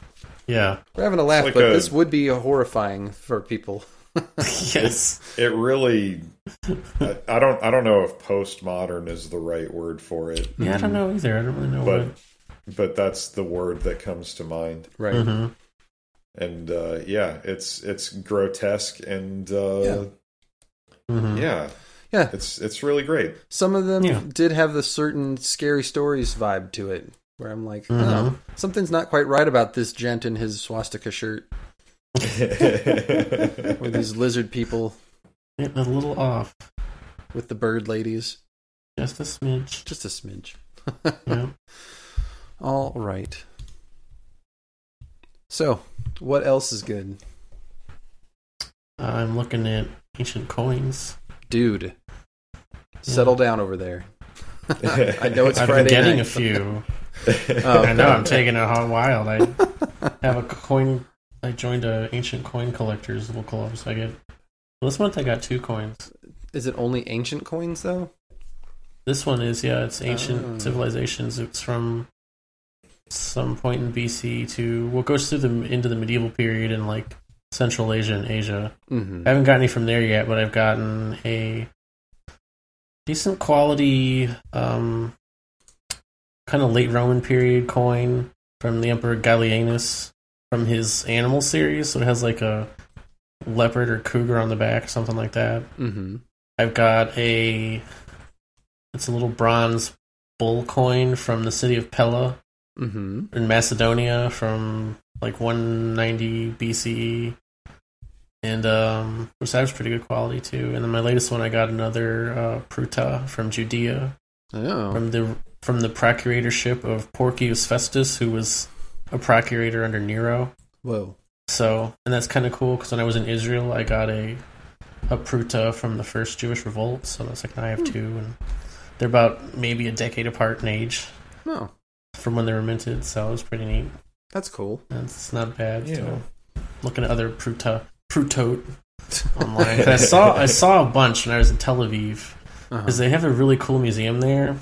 Speaker 2: Yeah.
Speaker 1: [laughs]
Speaker 2: [laughs]
Speaker 1: We're having a laugh,
Speaker 3: like
Speaker 1: but
Speaker 3: a-
Speaker 1: this would be horrifying for people.
Speaker 2: yes.
Speaker 3: It really I, I don't I don't know if postmodern is the right word for it,
Speaker 2: Yeah. I don't know either. I don't really know
Speaker 3: But- but that's the word that comes to mind.
Speaker 1: [laughs] Right.
Speaker 2: what. hmm
Speaker 3: And uh yeah, it's it's grotesque and uh
Speaker 2: hmm
Speaker 3: yeah,
Speaker 1: Yeah.
Speaker 3: it's it's really
Speaker 1: [laughs]
Speaker 3: great.
Speaker 1: Some of them
Speaker 2: Yeah.
Speaker 1: did have the certain scary stories vibe to it, where I'm like,
Speaker 2: Mhm.
Speaker 1: oh, something's not quite right about this gent in his swastika shirt or
Speaker 2: [laughs]
Speaker 1: these lizard people
Speaker 2: Getting a little off.
Speaker 1: with the bird ladies.
Speaker 2: Just a smidge.
Speaker 1: Just a smidge.
Speaker 2: Yeah.
Speaker 1: All right. So, what else is good,
Speaker 2: I'm looking at ancient coins.
Speaker 1: dude? Settle down over
Speaker 2: [laughs]
Speaker 1: there. I know it's
Speaker 2: I've
Speaker 1: Friday
Speaker 2: been getting
Speaker 1: night. [laughs]
Speaker 2: a few.
Speaker 1: Oh,
Speaker 2: [laughs] I know
Speaker 1: okay.
Speaker 2: I'm taking it hot
Speaker 1: [laughs]
Speaker 2: wild. I have a coin. I joined a ancient coin collectors little club, so I get. Well, this month I got two coins.
Speaker 1: Is it only ancient coins though?
Speaker 2: This one is yeah, it's ancient
Speaker 1: Oh.
Speaker 2: civilizations. It's from some point in BC to what goes through the into the medieval period in like Central Asia and Asia.
Speaker 1: Mm-hmm.
Speaker 2: I haven't gotten any from there yet, but I've gotten a decent quality, um, kind of late Roman period coin from the Emperor Gallienus from his animal series. So it has like a leopard or cougar on the back, something like that.
Speaker 1: Mm-hmm.
Speaker 2: I've got a it's a little bronze bull coin from the city of Pella
Speaker 1: Mm-hmm.
Speaker 2: in Macedonia from like 190 BCE, E. and um, which that was pretty good quality too. And then my latest one, I got another uh, Pruta from Judea
Speaker 1: Oh.
Speaker 2: from the from the procuratorship of Porcius Festus, who was a procurator under Nero.
Speaker 1: Whoa.
Speaker 2: So, and that's kind of cool because when I was in Israel, I got a a Pruta from the first Jewish revolt. So I was like, now I have two, and they're about maybe a decade apart in age
Speaker 1: Oh.
Speaker 2: from when they were minted. So it was pretty neat.
Speaker 1: That's cool.
Speaker 2: That's not bad.
Speaker 3: Yeah.
Speaker 2: So looking at other Pruta Prutote online. 'Cause I saw I saw a bunch when I was in Tel Aviv
Speaker 1: Uh-huh.
Speaker 2: because they have a really cool museum there.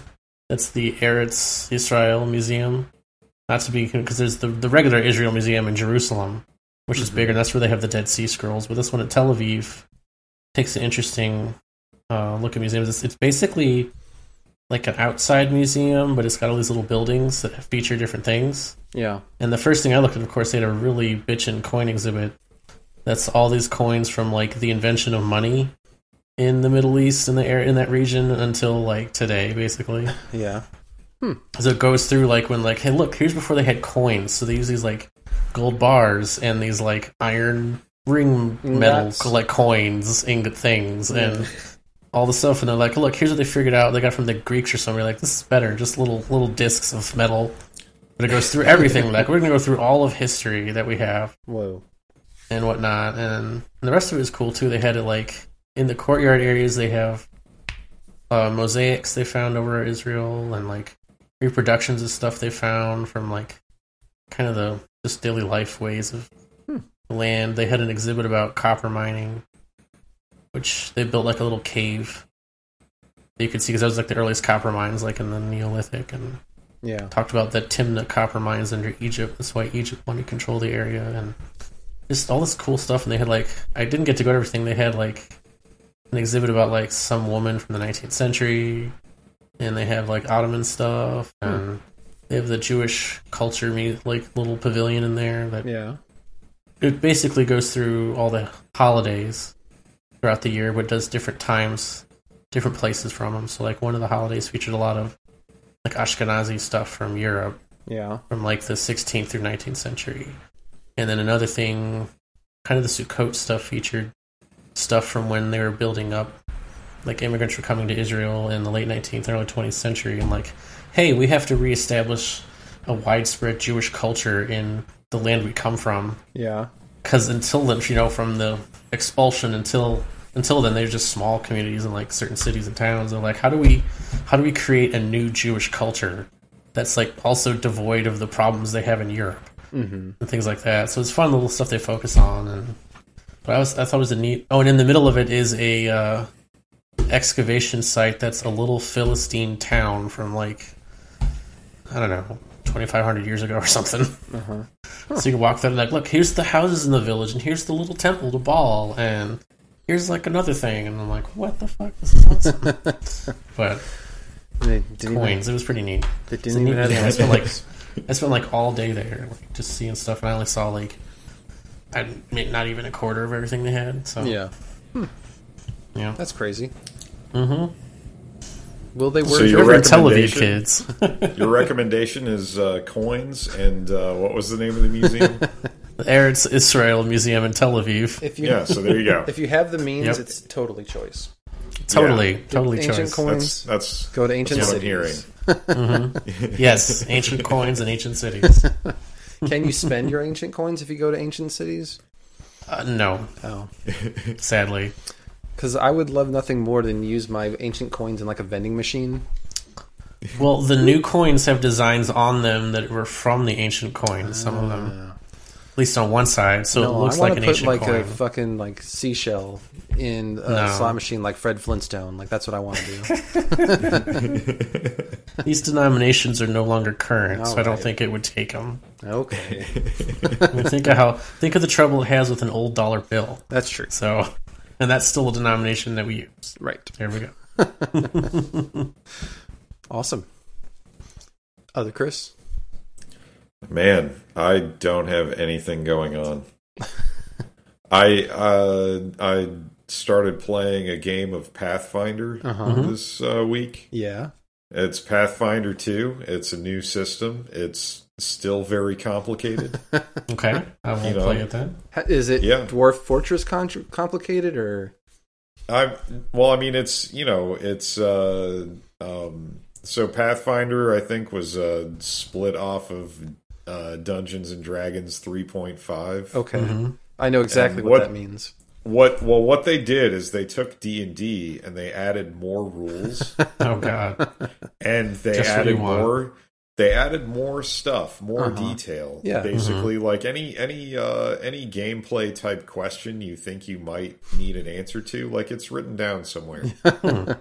Speaker 2: That's the Eretz Israel Museum. Not to be because there's the the regular Israel Museum in Jerusalem, which is
Speaker 1: Mhm.
Speaker 2: bigger. And that's where they have the Dead Sea Scrolls. But this one at Tel Aviv takes an interesting uh, look at museums. It's, it's basically like an outside museum, but it's got all these little buildings that feature different things.
Speaker 1: Yeah.
Speaker 2: And the first thing I looked at, of course, they had a really bitchin' coin exhibit. That's all these coins from like the invention of money in the Middle East in the air in that region until like today, basically.
Speaker 1: Yeah.
Speaker 2: So it goes through like when like, hey, look, here's before they had coins. So they use these like gold bars and these like iron ring metal
Speaker 1: Nuts.
Speaker 2: like coins ingot things and all the stuff. And they're like, look, here's what they figured out. They got from the Greeks or somewhere. Like this is better, just little little discs of metal. But it goes through everything. like we're gonna go through all of history that we have
Speaker 1: Whoa.
Speaker 2: and whatnot, and, and the rest of it is cool too. They had it like in the courtyard areas. They have uh, mosaics they found over Israel, and like reproductions of stuff they found from like kind of the just daily life ways of the land. They had an exhibit about copper mining, which they built like a little cave. that You could see because that was like the earliest copper mines, like in the Neolithic, and
Speaker 1: Yeah.
Speaker 2: talked about the Timna copper mines under Egypt. That's why Egypt wanted to control the area and just all this cool stuff. And they had like I didn't get to go to everything. They had like an exhibit about like some woman from the 19th century, and they have like Ottoman stuff, and they have the Jewish culture mu- like little pavilion in there that
Speaker 1: Yeah.
Speaker 2: it basically goes through all the holidays throughout the year, but does different times, different places from them. So, like one of the holidays featured a lot of like Ashkenazi stuff from Europe,
Speaker 1: Yeah.
Speaker 2: from like the 16th through 19th century, and then another thing, kind of the Sukkot stuff featured stuff from when they were building up. Like immigrants were coming to Israel in the late 19th, early 20th century, and like, hey, we have to reestablish a widespread Jewish culture in the land we come from
Speaker 1: Yeah.
Speaker 2: because until then, you know, from the expulsion until until then, they're just small communities in like certain cities and towns. They're like, how do we how do we create a new Jewish culture that's like also devoid of the problems they have in Europe
Speaker 1: Mm-hmm. [laughs]
Speaker 2: and things like that? So it's fun little stuff they focus on. And but I was I thought it was a neat. Oh, and in the middle of it is a uh, excavation site that's a little Philistine town from like I don't know. 2500 years ago or something [laughs] so you can walk through and like, look, here's the houses in the village, and here's the little temple to Baal, and here's like another thing, and I'm like, what the fuck? This
Speaker 1: [laughs]
Speaker 2: is awesome. but
Speaker 1: They didn't even,
Speaker 2: coins, it was pretty neat.
Speaker 1: they
Speaker 2: It's a
Speaker 1: didn't
Speaker 2: neat
Speaker 1: even have
Speaker 2: museum. I
Speaker 1: the
Speaker 2: spent
Speaker 1: [laughs]
Speaker 2: like I spent like all day there, like just seeing stuff, and I only saw like I mean, not even a quarter of everything they had. So
Speaker 1: Yeah.
Speaker 2: yeah.
Speaker 1: That's crazy.
Speaker 2: Mm-hmm.
Speaker 1: Will they work?
Speaker 3: So you're- Your
Speaker 2: We're in Tel Aviv
Speaker 3: recommendation?
Speaker 2: kids. [laughs]
Speaker 3: Your recommendation is uh, coins and uh, what was the name of
Speaker 1: [laughs]
Speaker 3: the museum?
Speaker 2: the Eretz Israel Museum in Tel Aviv.
Speaker 1: if you
Speaker 3: yeah, so there you go.
Speaker 1: if you have [laughs] the means,
Speaker 2: Yep.
Speaker 1: it's totally choice.
Speaker 2: Totally, totally
Speaker 1: Ancient
Speaker 2: choice.
Speaker 1: coin-
Speaker 3: That's that's
Speaker 1: Go to ancient
Speaker 3: that's what I'm hearing.
Speaker 1: cities.
Speaker 2: Yes, ancient coins and ancient
Speaker 1: [laughs]
Speaker 2: cities.
Speaker 1: Can you spend your ancient coins if you go to ancient cities?
Speaker 2: Uh, no,
Speaker 1: Oh.
Speaker 2: sadly.
Speaker 1: Because I would love nothing more than use my ancient coins in like a vending machine.
Speaker 2: Well, the new coins have designs on them that were from the ancient coins. Some of them, at least on one side,
Speaker 1: Ah.
Speaker 2: so
Speaker 1: No,
Speaker 2: it looks
Speaker 1: I want
Speaker 2: like
Speaker 1: to
Speaker 2: an
Speaker 1: put
Speaker 2: ancient
Speaker 1: like
Speaker 2: coin.
Speaker 1: a fucking like seashell in a
Speaker 2: No.
Speaker 1: slot machine, like Fred Flintstone. Like that's what I want to do.
Speaker 2: [laughs]
Speaker 1: [laughs]
Speaker 2: These denominations are no longer current, so I don't
Speaker 1: Alright.
Speaker 2: think it would take them.
Speaker 1: okay,
Speaker 2: think of how think of the trouble it has with an old dollar bill.
Speaker 1: that's true.
Speaker 2: So, and that's still a denomination that we use. [laughs]
Speaker 1: Right.
Speaker 2: There we go.
Speaker 1: Awesome. Other Chris.
Speaker 3: Man, I don't have anything going on. I uh, I started playing a game of Pathfinder
Speaker 1: Uh-huh.
Speaker 3: this uh, week.
Speaker 1: Yeah.
Speaker 3: It's Pathfinder 2. It's a new system. It's still very complicated.
Speaker 2: Okay, I won't
Speaker 3: You know.
Speaker 2: play it then.
Speaker 1: Ha- Is it
Speaker 3: Yeah.
Speaker 1: Dwarf Fortress con- complicated or?
Speaker 3: I well, I mean, it's you know, it's uh, um, so Pathfinder. I think was uh, split off of uh, Dungeons and Dragons three point five.
Speaker 1: Okay.
Speaker 2: Mm-hmm.
Speaker 1: I know exactly what,
Speaker 3: what-
Speaker 1: that means.
Speaker 3: What well, what they did is they took D and D and they added more rules,
Speaker 2: Oh God,
Speaker 3: and they
Speaker 2: Just what
Speaker 3: added
Speaker 2: you want.
Speaker 3: more. They added more stuff, more detail.
Speaker 1: Yeah.
Speaker 3: basically, like any any uh, any gameplay type question you think you might need an answer to, like it's written down somewhere. Uh,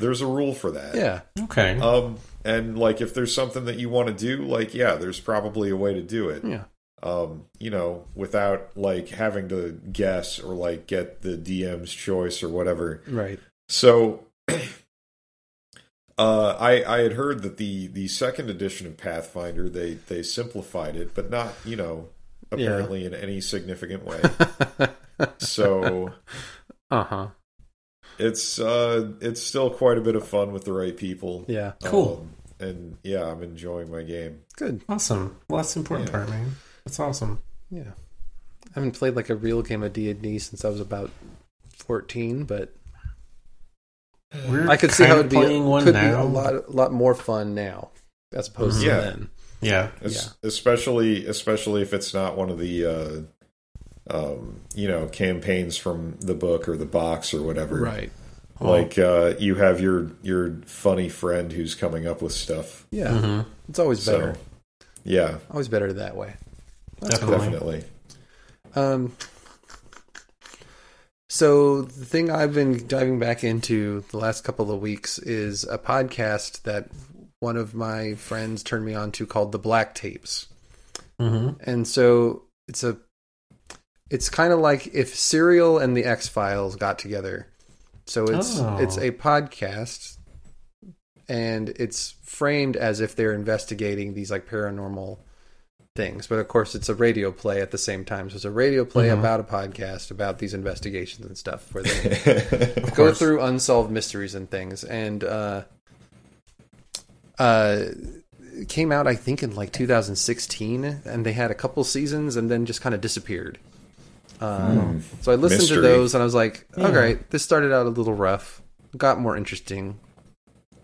Speaker 3: there's a rule for that.
Speaker 1: Yeah.
Speaker 2: okay,
Speaker 3: [laughs] Um, and like if there's something that you want to do, like yeah, there's probably a way to do it.
Speaker 1: Yeah.
Speaker 3: um, you know, without like having to guess or like get the DM's choice or whatever.
Speaker 1: Right.
Speaker 3: So [clears throat] uh, I I had heard that the the second edition of Pathfinder they they simplified it, but not you know apparently in any significant way. so
Speaker 1: uh huh.
Speaker 3: it's uh it's still quite a bit of fun with the right people.
Speaker 1: Yeah.
Speaker 2: Cool.
Speaker 3: Um, and yeah, I'm enjoying my game.
Speaker 1: Good.
Speaker 2: Awesome. Well, that's the important
Speaker 3: Yeah.
Speaker 2: part, man. That's awesome.
Speaker 1: Yeah. I haven't played like a real game of D and D since I was about fourteen, but
Speaker 2: We're
Speaker 1: I could see how
Speaker 2: kinda
Speaker 1: it'd be
Speaker 2: playing one
Speaker 1: could be
Speaker 2: now.
Speaker 1: a lot a lot more fun now as opposed to
Speaker 3: Yeah.
Speaker 1: then.
Speaker 2: Yeah.
Speaker 3: Es- Especially especially if it's not one of the uh um you know campaigns from the book or the box or whatever.
Speaker 1: Right.
Speaker 3: Like uh you have your your funny friend who's coming up with stuff.
Speaker 1: Yeah.
Speaker 2: hmm
Speaker 1: It's always
Speaker 3: So
Speaker 1: better.
Speaker 3: yeah,
Speaker 1: Always better that way.
Speaker 2: Definitely.
Speaker 3: definitely.
Speaker 1: Um, so the thing I've been diving back into the last couple of weeks is a podcast that one of my friends turned me on to called The Black Tapes.
Speaker 2: hmm
Speaker 1: And so it's a it's kind of like if Serial and the X-Files got together. So it's
Speaker 2: Oh.
Speaker 1: it's a podcast and it's framed as if they're investigating these like paranormal things. But of course, it's a radio play at the same time. So it's a radio play
Speaker 2: Mhm.
Speaker 1: about a podcast about these investigations and stuff where they go through unsolved mysteries and things. And uh, uh, it came out, I think, in like 2016, and they had a couple seasons and then just kind of disappeared. Uh, So I listened to
Speaker 3: Mystery.
Speaker 1: those and I was like,
Speaker 2: Yeah.
Speaker 1: all right, this started out a little rough, got more interesting.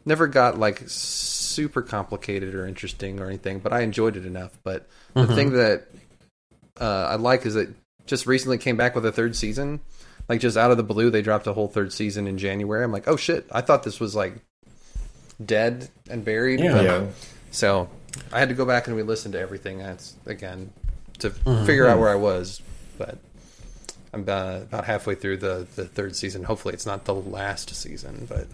Speaker 1: Never got like super complicated or interesting or anything, but I enjoyed it enough. But the thing that uh, I like is that just recently came back with a third season. Like just out of the blue, they dropped a whole third season in January. I'm like, oh shit! I thought this was like dead and buried.
Speaker 2: Yeah.
Speaker 1: but-
Speaker 3: [laughs] yeah.
Speaker 1: So I had to go back and we listened to everything that's, again to figure out where I was. But I'm about, about halfway through the, the third season. Hopefully, it's not the last season, but,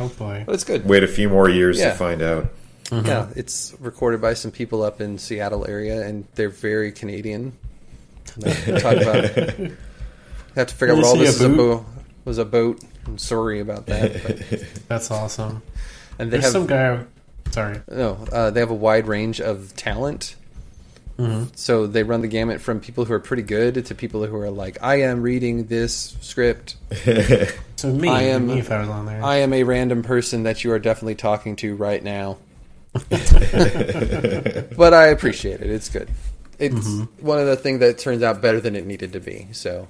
Speaker 2: oh boy.
Speaker 1: but it's good.
Speaker 3: Wait a few more years
Speaker 1: Yeah.
Speaker 3: to find
Speaker 1: [laughs]
Speaker 3: out. [laughs]
Speaker 2: Mm-hmm.
Speaker 1: Yeah, it's recorded by some people up in Seattle area, and they're very Canadian. And they
Speaker 2: [laughs]
Speaker 1: talk about have to figure out what
Speaker 2: Did you
Speaker 1: all
Speaker 2: see
Speaker 1: this is
Speaker 2: a
Speaker 1: a
Speaker 2: boot?
Speaker 1: bo- was a boat. I'm sorry about that.
Speaker 2: [laughs]
Speaker 1: But,
Speaker 2: That's awesome.
Speaker 1: and they have
Speaker 2: There's some guy. Sorry.
Speaker 1: No, uh, they have a wide range of talent.
Speaker 2: Mm-hmm.
Speaker 1: So they run the gamut from people who are pretty good to people who are like, I am reading this script.
Speaker 2: So me,
Speaker 1: I am-
Speaker 2: me if I was on there.
Speaker 1: I am a random person that you are definitely talking to right now. but I appreciate it. It's good. It's
Speaker 2: Mm-hmm.
Speaker 1: one of the things that turns out better than it needed to be. So,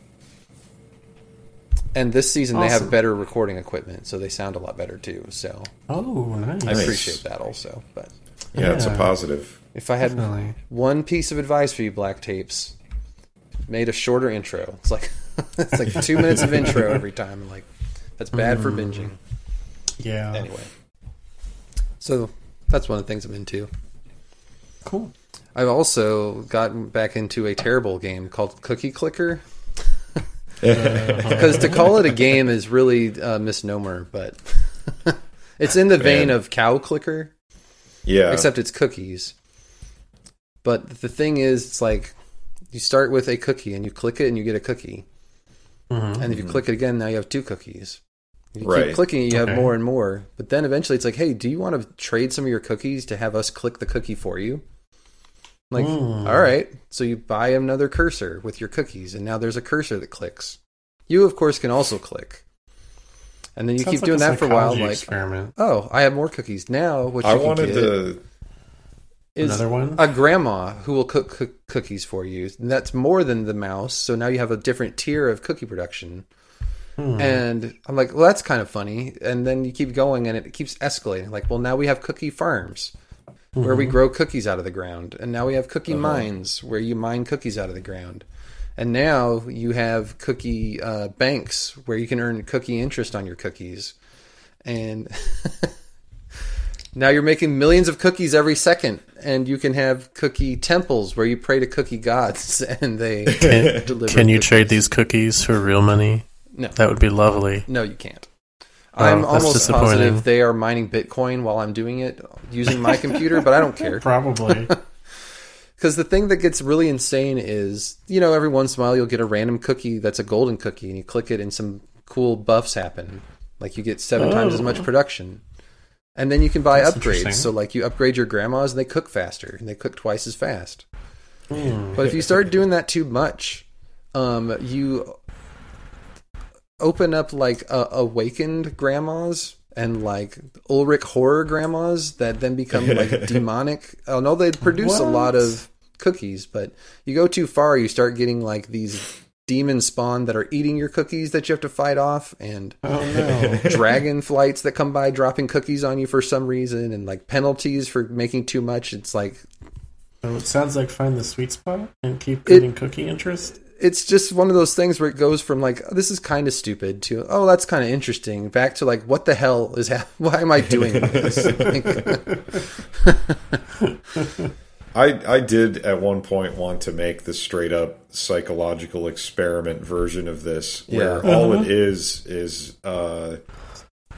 Speaker 1: and this season they have
Speaker 2: Awesome.
Speaker 1: better recording equipment, so they sound a lot better too. So
Speaker 2: oh, nice.
Speaker 1: I appreciate that also. But
Speaker 3: Yeah, it's a
Speaker 2: Yeah.
Speaker 3: positive.
Speaker 1: if I had
Speaker 2: Definitely.
Speaker 1: one piece of advice for you black tapes made a shorter intro it's like [laughs] it's like two minutes of intro every time like that's bad for
Speaker 2: Mm-hmm.
Speaker 1: binging
Speaker 2: Yeah.
Speaker 1: anyway so that's one of the things i'm into
Speaker 2: Cool.
Speaker 1: i've also gotten back into a terrible game called cookie clicker because to call it a game is really a misnomer but [laughs] it's in the vein
Speaker 3: Man.
Speaker 1: of cow clicker
Speaker 3: Yeah.
Speaker 1: except it's cookies. But the thing is, it's like you start with a cookie and you click it and you get a cookie,
Speaker 2: Mhm.
Speaker 1: and if you click it again, now you have two cookies. If you
Speaker 3: Mm-hmm. Right.
Speaker 1: keep clicking, you have
Speaker 2: Okay.
Speaker 1: more and more. But then eventually, it's like, hey, do you want to trade some of your cookies to have us click the cookie for you? I'm like,
Speaker 2: Mm.
Speaker 1: all right. So you buy another cursor with your cookies, and now there's a cursor that clicks. You, of course, can also click. And then you
Speaker 2: Sounds
Speaker 1: keep
Speaker 2: like
Speaker 1: doing that for a while,
Speaker 2: psychology
Speaker 1: like,
Speaker 2: experiment.
Speaker 1: oh, I have more cookies now. Which
Speaker 3: I wanted to.
Speaker 1: is
Speaker 2: Another one.
Speaker 1: a grandma who will cook, cook cookies for you. And that's more than the mouse. So now you have a different tier of cookie production.
Speaker 2: Hmm.
Speaker 1: And I'm like, well, that's kind of funny. And then you keep going and it keeps escalating. Like, well, now we have cookie farms where
Speaker 2: Hmm.
Speaker 1: we grow cookies out of the ground. And now we have cookie
Speaker 2: Uh-huh.
Speaker 1: mines where you mine cookies out of the ground. And now you have cookie uh, banks where you can earn cookie interest on your cookies. And [laughs] now you're making millions of cookies every second. And you can have cookie temples where you pray to cookie gods [laughs] and they deliver.
Speaker 2: Can you
Speaker 1: cookies.
Speaker 2: trade these cookies for real money?
Speaker 1: No.
Speaker 2: That would be lovely.
Speaker 1: No, you can't.
Speaker 2: Oh,
Speaker 1: I'm
Speaker 2: that's
Speaker 1: almost
Speaker 2: disappointing.
Speaker 1: positive they are mining Bitcoin while I'm doing it using my computer, but I don't care
Speaker 2: Probably.
Speaker 1: Because the thing that gets really insane is, you know, every once in a while you'll get a random cookie that's a golden cookie, and you click it, and some cool buffs happen. Like you get seven times as
Speaker 2: Oh.
Speaker 1: much production, and then you can buy upgrades.
Speaker 2: That's interesting.
Speaker 1: So like you upgrade your grandmas, and they cook faster, and they cook twice as fast.
Speaker 2: [laughs] Hmm.
Speaker 1: But if you start doing that too much, um, you open up like uh, awakened grandmas and like Ulrich horror grandmas that then become like demonic. I know they produce a lot
Speaker 2: What?
Speaker 1: of cookies, but you go too far, you start getting like these demon spawn that are eating your cookies that you have to fight off, and
Speaker 2: Oh no.
Speaker 1: dragon flights that come by dropping cookies on you for some reason, and like penalties for making too much. It's like
Speaker 2: So it sounds like find the sweet spot and keep getting cookie interest.
Speaker 1: it's just one of those things where it goes from like oh, this is kind of stupid to oh that's kind of interesting back to like what the hell is ha- [laughs] why am I doing this? [laughs] Like,
Speaker 3: I I did at one point want to make the straight up psychological experiment version of this, where
Speaker 1: Yeah. Mm-hmm.
Speaker 3: all it is is uh,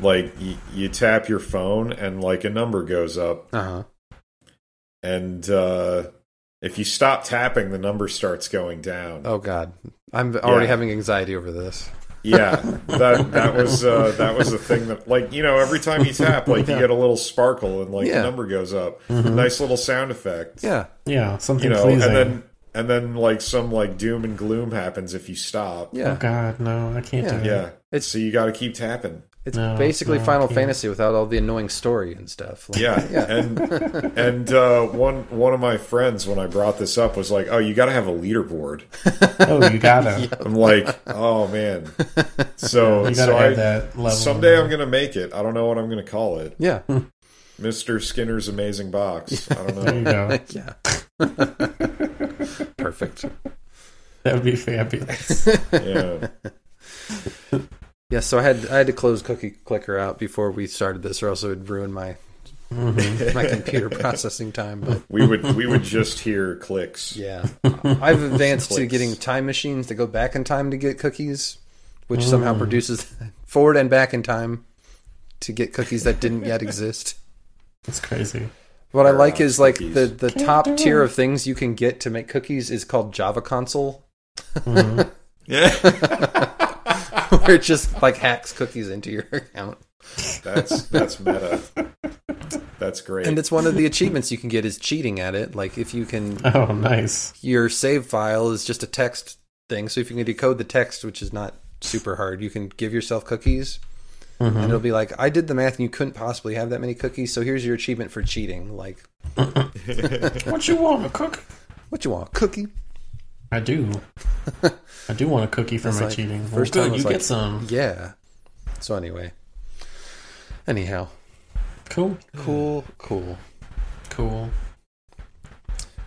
Speaker 3: like y- you tap your phone and like a number goes up,
Speaker 1: uh-huh.
Speaker 3: and uh, if you stop tapping, the number starts going down.
Speaker 1: Oh god, I'm already
Speaker 3: Yeah.
Speaker 1: having anxiety over this. [laughs]
Speaker 3: Yeah, that that was uh, that was the thing that like you know every time you tap, like you get a little sparkle and like
Speaker 1: Yeah. Mm-hmm.
Speaker 3: the number goes up, nice little sound effect.
Speaker 1: Yeah,
Speaker 2: Yeah, something
Speaker 3: you know,
Speaker 2: pleasing.
Speaker 3: and then and then like some like doom and gloom happens if you stop.
Speaker 1: yeah,
Speaker 2: Oh god, no, I can't
Speaker 1: Yeah.
Speaker 2: do it.
Speaker 3: Yeah.
Speaker 1: It's-
Speaker 3: so you got to keep tapping.
Speaker 1: it's
Speaker 2: No,
Speaker 1: basically
Speaker 2: no,
Speaker 1: Final
Speaker 2: yeah.
Speaker 1: Fantasy without all the annoying story and stuff. Like,
Speaker 2: [laughs]
Speaker 3: Yeah.
Speaker 1: yeah,
Speaker 3: And and uh, one one of my friends when I brought this up was like, "Oh, you got to have a leaderboard."
Speaker 2: Oh, you
Speaker 3: [laughs]
Speaker 2: gotta. [laughs]
Speaker 3: I'm like, "Oh man." So
Speaker 2: You gotta
Speaker 3: so
Speaker 2: have
Speaker 3: I,
Speaker 2: that level.
Speaker 3: someday I'm going to make it. I don't know what I'm going to call it.
Speaker 1: yeah,
Speaker 3: Mr. Skinner's amazing box. I don't
Speaker 2: There [laughs]
Speaker 3: know.
Speaker 2: you go.
Speaker 3: [laughs]
Speaker 1: yeah. [laughs] Perfect.
Speaker 2: That would be fabulous.
Speaker 3: Yeah.
Speaker 1: Yeah, so I had I had to close Cookie Clicker out before we started this, or else it would ruin my [laughs]
Speaker 2: Mm-hmm.
Speaker 1: my computer processing time. But
Speaker 3: We would we would just hear clicks.
Speaker 2: [laughs]
Speaker 1: Yeah. I've advanced to
Speaker 3: Clicks.
Speaker 1: getting time machines that go back in time to get cookies, which
Speaker 2: Mm.
Speaker 1: somehow produces [laughs] forward and back in time to get cookies that didn't
Speaker 2: [laughs]
Speaker 1: yet exist.
Speaker 2: It's crazy.
Speaker 1: What I
Speaker 3: Fair
Speaker 1: like
Speaker 3: enough,
Speaker 1: is like
Speaker 3: cookies.
Speaker 1: the, the
Speaker 2: Can't
Speaker 1: top
Speaker 2: do
Speaker 1: tier
Speaker 2: it.
Speaker 1: of things you can get to make cookies is called Java Console, [laughs]
Speaker 3: Yeah.
Speaker 1: where it just like hacks cookies into your [laughs] account.
Speaker 3: That's that's meta. That's great.
Speaker 1: And it's one
Speaker 2: [laughs]
Speaker 1: of the achievements you can get is cheating at it. Like if you can
Speaker 2: Oh, nice.
Speaker 1: your save file is just a text thing. So if you can decode the text, which is not super hard, you can give yourself cookies.
Speaker 2: Mm-hmm.
Speaker 1: And it'll be like, I did the math and you couldn't possibly have that many cookies. So here's your achievement for cheating. Like,
Speaker 2: What you want, a cookie?
Speaker 1: what you want? a Cookie?
Speaker 2: I do. I do want a cookie for
Speaker 1: It's
Speaker 2: my
Speaker 1: like,
Speaker 2: cheating.
Speaker 1: first time
Speaker 2: well, good,
Speaker 1: I
Speaker 2: you
Speaker 1: was like-
Speaker 2: get some.
Speaker 1: Yeah. So anyway. Anyhow.
Speaker 2: Cool.
Speaker 1: Cool, cool.
Speaker 2: Cool.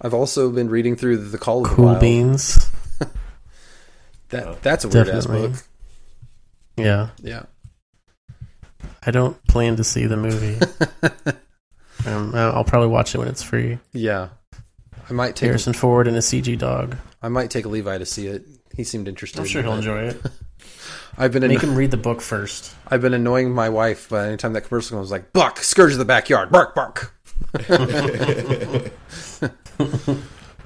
Speaker 1: I've also been reading through the Call of the
Speaker 2: Cool
Speaker 1: Wild.
Speaker 2: beans.
Speaker 1: That that's a weird ass
Speaker 2: Definitely.
Speaker 1: book.
Speaker 2: Yeah.
Speaker 1: Yeah.
Speaker 2: I don't plan to see the movie. um, I'll I'll probably watch it when it's free.
Speaker 1: [laughs] Yeah. I might take
Speaker 2: Harrison Ford and a CG dog.
Speaker 1: I might take Levi to see it. He seemed interested.
Speaker 2: I'm sure he'll
Speaker 1: but
Speaker 2: enjoy it.
Speaker 1: I've been
Speaker 2: Make him read the book
Speaker 1: [laughs]
Speaker 2: first.
Speaker 1: I've been annoying my wife, but anytime that commercial comes, like "Buck, scourge of the backyard, bark,
Speaker 2: [laughs]
Speaker 1: bark."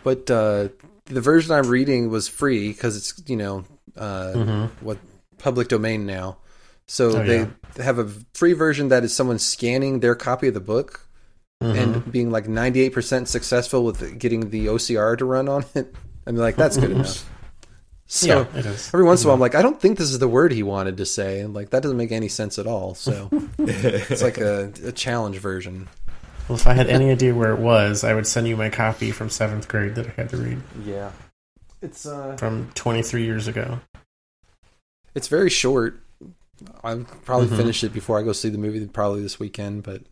Speaker 1: but uh, the version I'm reading was free because it's you know uh, what public domain now, so
Speaker 2: Mm-hmm. Oh,
Speaker 1: they
Speaker 2: yeah.
Speaker 1: have a free version that is someone scanning their copy of the book
Speaker 2: Mm-hmm.
Speaker 1: and being like 98 percent successful with getting the OCR to run on it. [laughs] I'm like, that's good enough. So
Speaker 2: yeah, it is.
Speaker 1: Every once in a while, I'm like, I don't think this is the word he wanted to say, and like that doesn't make any sense at all.
Speaker 2: [laughs]
Speaker 1: So it's like a, a challenge version.
Speaker 2: Well, if I had any idea where it was, I would send you my copy from seventh grade that I had to read
Speaker 1: Yeah, it's uh,
Speaker 2: from 23 years ago.
Speaker 1: it's very short. I'll probably
Speaker 2: Mm-hmm.
Speaker 1: finish it before I go see the movie, probably this weekend. But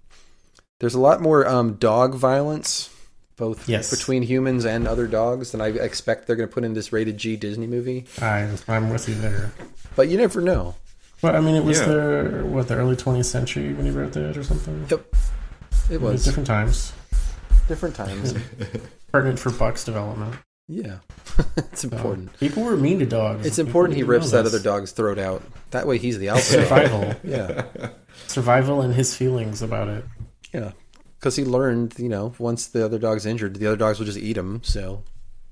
Speaker 1: there's a lot more um, dog violence, both
Speaker 2: Yes.
Speaker 1: between humans and other dogs, than I expect they're going to put in this rated G Disney movie.
Speaker 2: I, I'm with you there.
Speaker 1: But you never know.
Speaker 2: Well, I mean, it was
Speaker 3: Yeah.
Speaker 2: the what the early 20th century when he wrote that or something.
Speaker 1: Yep, it
Speaker 2: It was
Speaker 1: was
Speaker 2: different times.
Speaker 1: different times.
Speaker 2: Pertinent for Buck's development.
Speaker 1: [laughs] yeah, [laughs] it's
Speaker 2: So,
Speaker 1: important.
Speaker 2: People were mean to dogs.
Speaker 1: It's
Speaker 2: Oh. People
Speaker 1: important he
Speaker 2: didn't
Speaker 1: rips
Speaker 2: know
Speaker 1: that
Speaker 2: this.
Speaker 1: other dog's throat out. That way he's the alpha. dog.
Speaker 2: Survival,
Speaker 1: [laughs] yeah,
Speaker 2: survival, and his feelings about it.
Speaker 1: yeah. because he learned, you know, once the other dog's injured, the other dogs will just eat him. So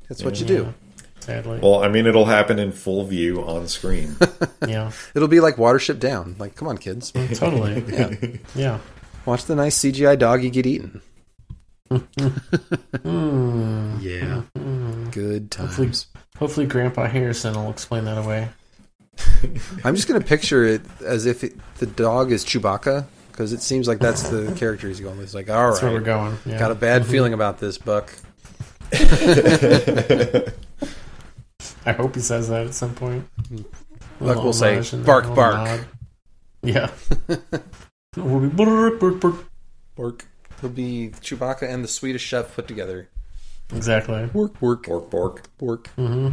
Speaker 1: that's what you do.
Speaker 2: Sadly.
Speaker 3: Well, I mean, it'll happen in full view on screen.
Speaker 2: yeah.
Speaker 1: It'll be like Watership Down. Like, come on, kids, [laughs]
Speaker 2: Totally. yeah. Yeah.
Speaker 1: watch the nice CGI doggy get
Speaker 2: [laughs]
Speaker 1: eaten. yeah, good times.
Speaker 2: Hopefully, Grandpa Harrison will explain that away.
Speaker 1: I'm just gonna picture it as if it, the dog is Chewbacca because it seems like that's the character he's going with. It's like, all
Speaker 2: That's where we're
Speaker 1: right,
Speaker 2: going. Yeah. Mm-hmm.
Speaker 1: got a bad feeling about this, Buck. [laughs]
Speaker 2: I hope he says that at some point.
Speaker 1: Buck
Speaker 2: Little
Speaker 1: will say,
Speaker 2: homage and a
Speaker 1: "Bark,
Speaker 2: little
Speaker 1: bark."
Speaker 2: nod. Yeah. [laughs] We'll be burp, burp, burp.
Speaker 1: Work. He'll be Chewbacca and the Swedish Chef put together.
Speaker 2: Exactly.
Speaker 1: [laughs] Work, work,
Speaker 3: bork, bork.
Speaker 1: work.
Speaker 2: hmm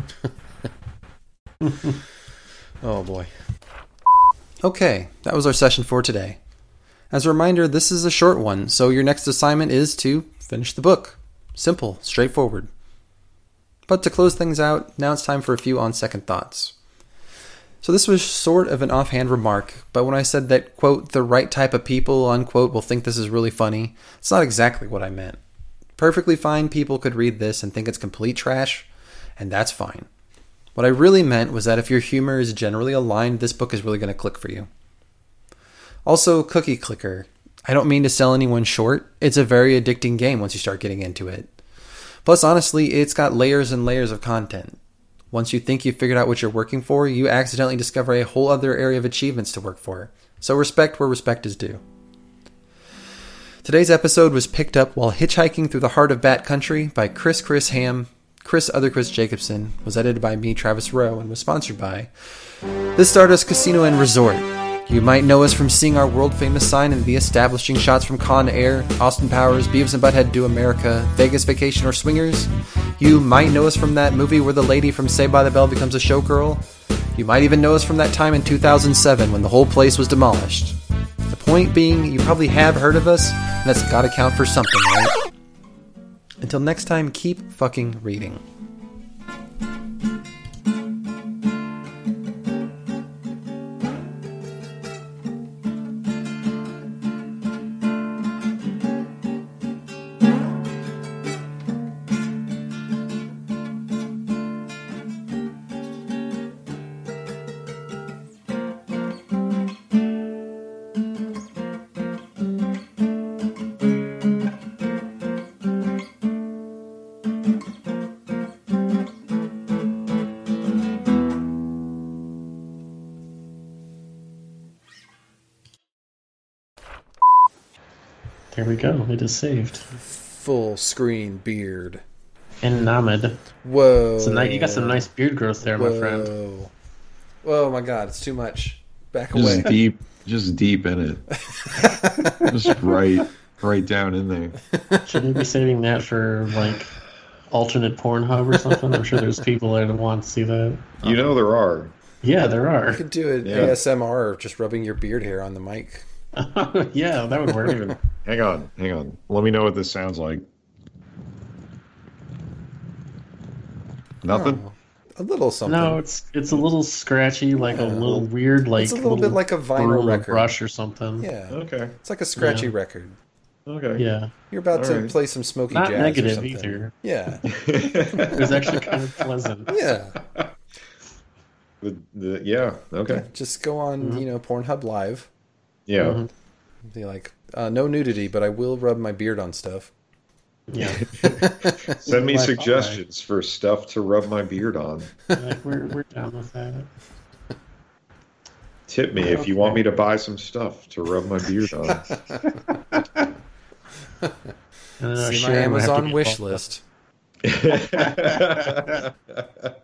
Speaker 1: Oh boy. Okay, that was our session for today. As a reminder, this is a short one, so your next assignment is to finish the book. Simple, straightforward. But to close things out, now it's time for a few on second thoughts. So this was sort of an offhand remark, but when I said that, quote, the right type of people, unquote, will think this is really funny, it's not exactly what I meant. Perfectly fine people could read this and think it's complete trash, and that's fine. What I really meant was that if your humor is generally aligned, this book is really going to click for you. Also, Cookie Clicker. I don't mean to sell anyone short. It's a very addicting game once you start getting into it. Plus, honestly, it's got layers and layers of content. Once you think you've figured out what you're working for, you accidentally discover a whole other area of achievements to work for. So, respect where respect is due. Today's episode was picked up while hitchhiking through the heart of Bat Country by Chris Chris Ham. Chris Other Chris Jacobson was edited by me, Travis Rowe, and was sponsored by the Stardust Casino and Resort. You might know us from seeing our world famous sign in the establishing shots from Con Air, Austin Powers, Beavis and Butthead Do America, Vegas Vacation, or Swingers. You might know us from that movie where the lady from Say by the Bell becomes a showgirl. You might even know us from that time in 2007 when the whole place was demolished. The point being, you probably have heard of us, and that's gotta count for something, right? Until next time, keep fucking reading.
Speaker 2: There we go. It is saved.
Speaker 1: Full screen beard.
Speaker 2: And Namid.
Speaker 1: Whoa.
Speaker 2: So now you got some nice beard growth there, my friend.
Speaker 1: Whoa. Whoa, my god, it's too much. Back
Speaker 5: Just
Speaker 1: away.
Speaker 5: deep, just deep in it.
Speaker 3: [laughs]
Speaker 5: just right, right down in there.
Speaker 2: Shouldn't we be saving that for like alternate Pornhub or something? I'm sure there's people that want to see that.
Speaker 3: You know there are.
Speaker 2: Yeah, there are.
Speaker 1: You could do an
Speaker 3: Yeah.
Speaker 1: ASMR of just rubbing your beard hair on the mic.
Speaker 2: [laughs] yeah, that would work.
Speaker 3: Even- Hang on, hang on. Let me know what this sounds like. Nothing.
Speaker 1: Oh, A little something.
Speaker 2: No, it's it's a little scratchy, like a little weird, like
Speaker 1: it's a little, bit like a vinyl
Speaker 2: broom or
Speaker 1: record.
Speaker 2: brush or something.
Speaker 1: Yeah.
Speaker 3: Okay.
Speaker 1: It's like a scratchy
Speaker 2: Yeah.
Speaker 1: record.
Speaker 3: Okay. [laughs]
Speaker 2: yeah.
Speaker 1: You're about to
Speaker 3: Alright.
Speaker 1: play some smoky
Speaker 2: Not
Speaker 1: jazz. or
Speaker 2: negative
Speaker 1: something.
Speaker 2: either.
Speaker 1: Yeah.
Speaker 3: [laughs]
Speaker 2: It was actually
Speaker 1: [laughs]
Speaker 2: kind of pleasant.
Speaker 1: Yeah.
Speaker 3: The- the- yeah. Okay.
Speaker 1: Just go on,
Speaker 2: Mm-hmm.
Speaker 1: you know, Pornhub Live.
Speaker 3: Yeah.
Speaker 1: Uh-huh. Be like, uh, no nudity, but I will rub my beard on stuff.
Speaker 2: Yeah,
Speaker 3: Send me
Speaker 2: Like,
Speaker 3: suggestions for stuff to rub my beard on.
Speaker 2: like we're we're down with that.
Speaker 3: Tip me if you want me to buy some stuff to rub my beard on. [laughs]
Speaker 2: I don't
Speaker 1: See my
Speaker 2: know, Uh, Sharon would have to
Speaker 1: Amazon
Speaker 2: be
Speaker 1: wish
Speaker 2: involved.
Speaker 1: list.